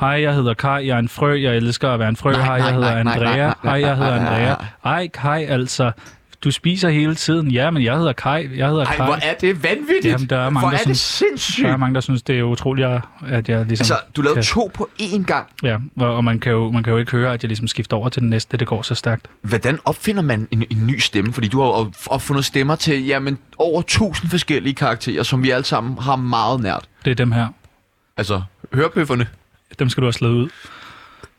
Hej, jeg hedder Kai, jeg er en frø, jeg elsker at være en frø.
Nej,
hej, jeg
nej,
hedder
nej, nej,
Andrea.
nej, nej,
hej, jeg hedder
nej, nej, nej,
Andrea. Ej, Kai, altså, du spiser hele tiden. Ja, men jeg hedder Kai, jeg hedder
Ej,
Kai.
hvor er det vanvittigt!
Jamen, der er mange,
hvor
der
er
synes-
det sindssygt!
Der er mange, der synes, det er utroligt, at jeg ligesom...
Altså, du lavede
kan,
to på én gang.
Ja, og, og man, kan jo, man kan jo ikke høre, at jeg ligesom skifter over til den næste, det går så stærkt.
Hvordan opfinder man en, en ny stemme? Fordi du har jo opfundet stemmer til jamen, over 1000 forskellige karakterer, som vi alle sammen har meget nært.
Det er dem her.
Altså, hørpøfferne.
Dem skal du have slået ud.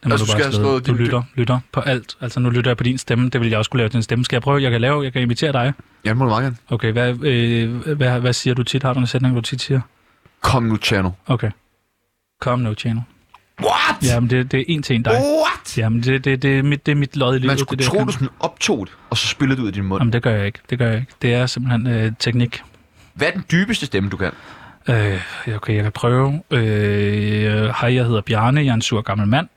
Dem
Altså, du skal have
slået.
slået
Du
din-
lytter, lytter på alt. Altså, nu lytter jeg på din stemme. Det vil jeg også kunne lave til en stemme. Skal jeg prøve? Jeg kan lave, jeg kan imitere dig.
Ja, det må du meget gerne.
Okay, hvad, øh, hvad, hvad siger du tit? Har du en sætning, du tit siger?
Kom nu, Chano.
Okay. Kom nu, Chano.
What?
Jamen, det, det er en til en dig.
What?
Jamen, det, det, det, er mit, det er mit lod i livet.
Man skulle
det, der
tro,
kan-
du sådan optog det, og så spillede det ud af din mund.
Jamen, det gør jeg ikke. Det gør jeg ikke. Det er simpelthen øh, teknik.
Hvad er den dybeste stemme, du kan?
Øh, okay, jeg kan prøve. Øh, hej, jeg hedder Bjarne. Jeg er en sur gammel mand.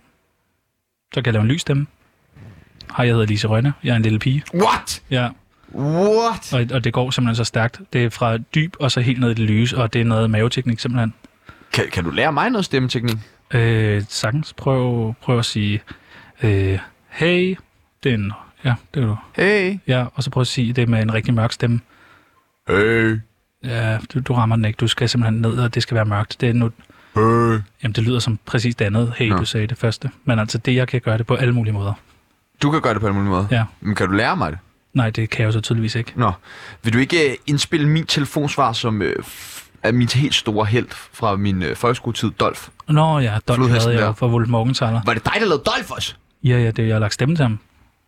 Så kan jeg lave en lys stemme. Hej, jeg hedder Lise Rønne. Jeg er en lille pige.
What?
Ja,
What?
og, og det går simpelthen så stærkt. Det er fra dyb og så helt ned i det lyse, og det er noget maveteknik simpelthen.
Kan, kan du lære mig noget stemmeteknik?
Øh, sagtens. Prøv, prøv at sige, øh, hey, det er en, ja, det er du.
Hey.
Ja, og så prøv at sige det med en rigtig mørk stemme.
Hey.
Ja, du, du rammer den ikke. Du skal simpelthen ned, og det skal være mørkt. Det er nu,
Hey.
jamen, det lyder som præcis det andet. Hey,
Nå.
du sagde det første. Men altså, det jeg kan gøre det på alle mulige måder.
Du kan gøre det på en mulig måde.
Ja.
Men kan du lære mig det?
Nej, det kan jeg jo så tydeligvis ikke.
Nå. Vil du ikke øh, indspille min telefonsvar som øh, f- er min helt store held fra min øh, folkeskoletid, Dolf?
Nå ja, Dolph
Flodhesten
havde jeg
der.
jo for Wolf Morgenthaler.
Var det dig, der lavede Dolfos?
Ja, ja, det jeg har lagt stemme til ham.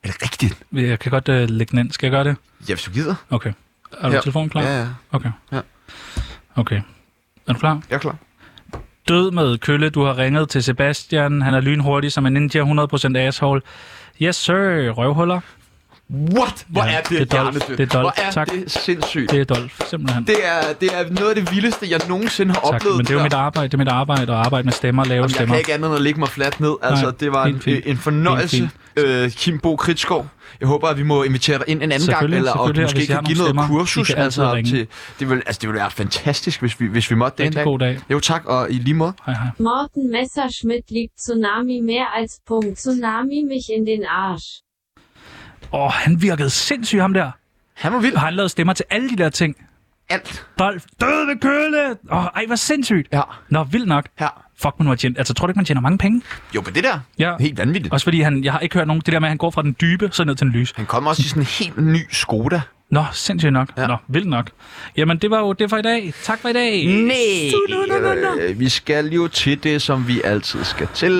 Er det rigtigt?
Jeg kan godt øh, lægge den ind. Skal jeg gøre det?
Ja, hvis du gider.
Okay. Er du
Ja.
telefonen klar?
Ja, ja.
Okay.
Ja.
Okay. Er du klar?
Jeg er klar.
Død med kølle, du har ringet til Sebastian. Han er lynhurtig som en ninja, 100% asshole. Yes, sir. Røvhuller.
What? Hvor
Ja,
er det,
det er Dolph.
hjernedødt.
Det er Dolph.
Hvor er
Tak.
det sindssygt.
Det er Dolph, simpelthen.
Det er, det er noget af det vildeste, jeg nogensinde har
tak,
oplevet.
men det er jo
før.
mit arbejde. Det er mit arbejde at arbejde med stemmer, lave
Jamen, jeg
stemmer.
kan ikke andet end at lægge mig fladt ned. Altså,
Nej,
Nej, det var en,
helt fint.
en fornøjelse,
Helt
øh, Kim Bo Kritskov. Jeg håber, at vi må invitere dig ind en anden gang,
Selvfølgelig,
eller og du
selvfølgelig, og
måske
hvis I har
kan give
nogle
noget
stemmer,
kursus.
I kan altid
altså,
ringe.
til, det, vil, altså, det ville være fantastisk, hvis vi, hvis vi måtte det en
Rigtig
dag.
god dag.
Jo tak, og i lige måde.
Hej, hej.
Morten Messerschmidt liebt Tsunami mehr als Punkt. Tsunami mich in den Arsch.
Åh, han virkede sindssyg, ham der.
Han var vild.
Og han lavede stemmer til alle de der ting.
Alt.
Dolph, død ved kølle! Åh, ej, hvor sindssygt.
Ja.
Nå, vildt nok.
ja.
Fuck, man må tjene... Altså, tror du ikke, man tjener mange penge?
Jo, men det der,
Ja.
helt vanvittigt.
Også fordi han, jeg har ikke hørt nogen, det der med, at han går fra den dybe, så ned til den lyse.
Han kommer også i sådan en helt ny Skoda.
Nå, sindssygt nok. Ja.
Ja.
Nå, vildt nok. Jamen, det var jo det for i dag. Tak for i dag.
Nej, Øh, vi skal jo til det, som vi altid skal til.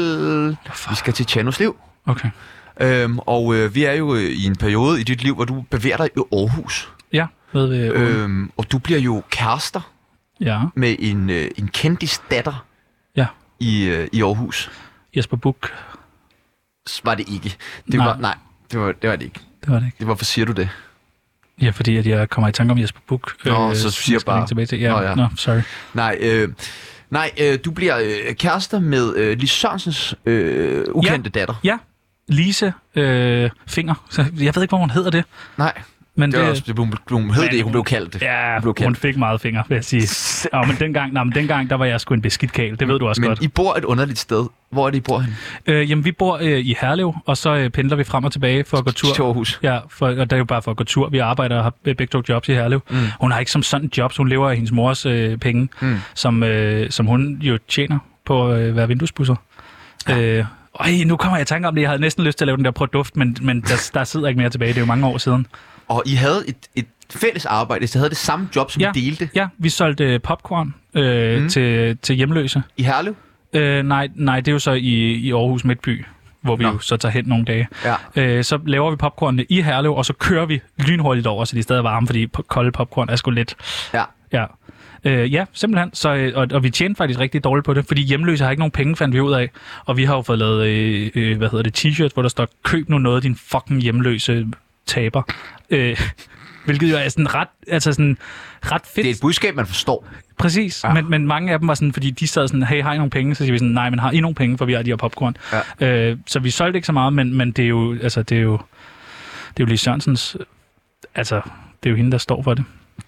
Vi skal til Tjanos liv.
Okay.
Øhm, og øh, vi er jo øh, i en periode i dit liv, hvor du bevæger dig i Aarhus.
Ja, ved vi. Øh.
Øhm, og du bliver jo kærester
Ja,
med en, øh, en kendis datter
ja.
i, øh, i Aarhus.
Jesper Buch.
Så var det ikke. Det
Nej.
nej. var nej, det var det var det ikke.
Det var det ikke.
Det hvorfor siger du det?
Ja, fordi at jeg kommer i tanke om Jesper Buch.
Nå, så
som
siger
jeg skal
bare-
ringe Tilbage til. Ja,
Nå,
ja.
ja.
Nå, sorry.
Nej, øh, nej, øh, du bliver øh, kærester med øh, Lis Sørensens øh, ukendte ja. datter.
Ja, Lise øh, Finger. Så Jeg ved ikke, hvor hun hedder det.
Nej,
Men
det, var også, det, hun, hun hed det, ikke, hun blev kaldt det.
Ja,
blev
hun
kendt.
fik meget finger, vil jeg sige. Ja, men dengang, nej, men dengang der var jeg sgu en beskidt kæl. Det ved du også
Men
godt.
I bor et underligt sted. Hvor er det, I bor henne?
Øh, jamen, vi bor øh, i Herlev, og så øh, pendler vi frem og tilbage for at gå tur.
Til Aarhus.
Ja, for, og det er jo bare for at gå tur. Vi arbejder og har begge to jobs i Herlev. Mm. Hun har ikke som sådan jobs. Hun lever af hendes mors øh, penge, mm. som, øh, som hun jo tjener på øh, at være vinduespusser. Ja. Øh, øj, nu kommer jeg i tanke om det. Jeg havde næsten lyst til at lave den der produkt, men, men der, der sidder ikke mere tilbage. Det er jo mange år siden.
Og I havde et, et fælles arbejde, så I havde det samme job, som
Ja,
I delte
ja vi solgte øh, popcorn øh, mm. til, til hjemløse.
i Herlev.
Øh, nej, nej, det er jo så i, i Aarhus Midtby, hvor vi Nå.
Nå.
jo så tager hen nogle dage.
Ja.
Øh, så laver vi popcornene i Herlev, og så kører vi lynhurtigt over, så de er stadig varme, fordi po- kolde popcorn er sgu lidt...
Ja.
Ja, øh, ja simpelthen. Så, øh, og, og vi tjener faktisk rigtig dårligt på det, fordi hjemløse har ikke nogen penge, fandt vi ud af. Og vi har jo fået lavet, øh, øh, hvad hedder det, t-shirts, hvor der står, køb nu noget, din fucking hjemløse taber. Øh, hvilket jo er sådan ret, altså sådan ret fedt.
Det er et budskab, man forstår.
Præcis, ja. men, men mange af dem var sådan, fordi de sad sådan, hey, har I nogle penge? Så siger vi sådan, nej, men har I nogle penge, for vi har de her popcorn. Ja. Øh, så vi solgte ikke så meget, men, men det er jo, altså, det er jo, det er jo Lise Sørensens, øh, altså, det er jo hende, der står for det.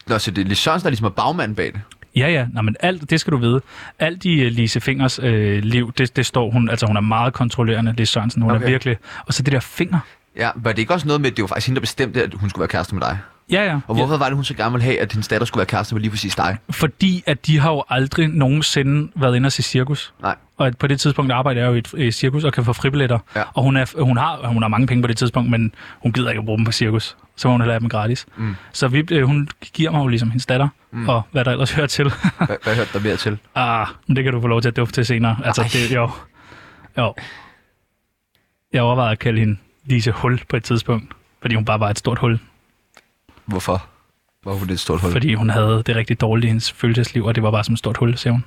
Nå, så det er Lis Sørensen, der ligesom er bagmanden bag det.
Ja, ja, nej, men alt, det skal du vide. Alt i uh, Lise Fingers øh, liv, det, det står hun, altså hun er meget kontrollerende, Lise Sørensen, hun okay. er
Okay.
virkelig, og så det der finger.
Ja, var det ikke også noget med, at det var faktisk hende, der bestemte, at hun skulle være kæreste med dig?
Ja, ja.
Og hvorfor ja. var det, hun så gerne ville have, at hendes datter skulle være kæreste med lige præcis dig?
Fordi at de har jo aldrig nogensinde været inde og se cirkus.
Nej.
Og at på det tidspunkt arbejder jeg jo i et øh, cirkus og kan få fribilletter.
Ja.
Og hun, er, hun, har, hun har mange penge på det tidspunkt, men hun gider ikke at bruge dem på cirkus. Så må hun hellere have dem gratis. Mm. Så vi, øh, hun giver mig jo ligesom hendes datter, mm. og hvad der ellers hører til.
Hvad, hvad hørte der mere til?
ah, men det kan du få lov til at dufte til senere. Altså, det, jo. jo. Jeg overvejede at kalde hende Lise Hul på et tidspunkt, fordi hun bare var et stort hul.
Hvorfor? Hvorfor det er et stort hul?
Fordi hun havde det rigtig dårligt i hendes følelsesliv, og det var bare som et stort hul, siger hun.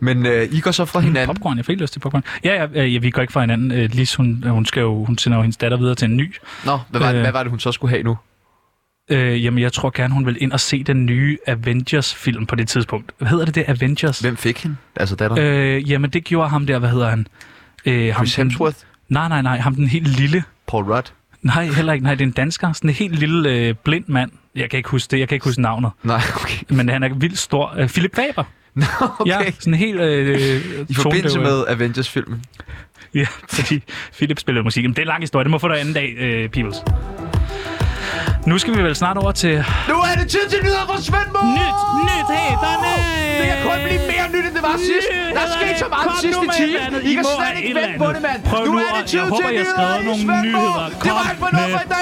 Men øh, I går så fra
Mm,
hinanden.
Popcorn, jeg fik lyst til popcorn. Ja, ja, øh, ja vi går ikke fra hinanden. Øh, Lis, hun, hun, skal jo, hun sender jo hendes datter videre til en ny.
Nå, hvad var,
Øh.
det, hvad var det, hun så skulle have nu?
Øh, jamen, jeg tror gerne, hun vil ind og se den nye Avengers-film på det tidspunkt. Hvad hedder det, det Avengers?
Hvem fik hende? Altså datter? Øh,
Øh, jamen, det gjorde ham der, hvad hedder han? Øh,
Chris
den-
Hemsworth?
Nej, nej, nej, ham den helt lille.
Paul Rudd?
Nej, heller ikke. Nej, det er en dansker. Sådan en helt lille øh, blind mand. Jeg kan ikke huske det. Jeg kan ikke huske navnet.
Nej, okay.
Men han er vildt stor. Øh, Philip Faber.
okay.
Ja, sådan helt øh,
I forbindelse
tonedøv.
med Avengers-filmen.
Ja, fordi Philip spillede musik. Jamen, det er en lang historie. Det må få dig anden dag, øh, Peoples. Nu skal vi vel snart over til...
Nu er det tid til nyheder fra Svend Moore!
Nyt, nyt, hey, der er nyt!
Det kan kun blive mere nyt, end det var sidst. Der
Nyhederne.
skete så meget
Kom
den
nu
sidste
med et
time.
eller andet.
I
I
kan
må
slet
have
ikke
et
vente
eller
på
andet.
det, mand.
Prøv
Nu
nu
er det
at-
tid
jeg håber,
til
jeg har
nyheder
skrevet
i
nogle
Svend Moore.
nyheder.
Det
Kom
var alt for noget for i dag.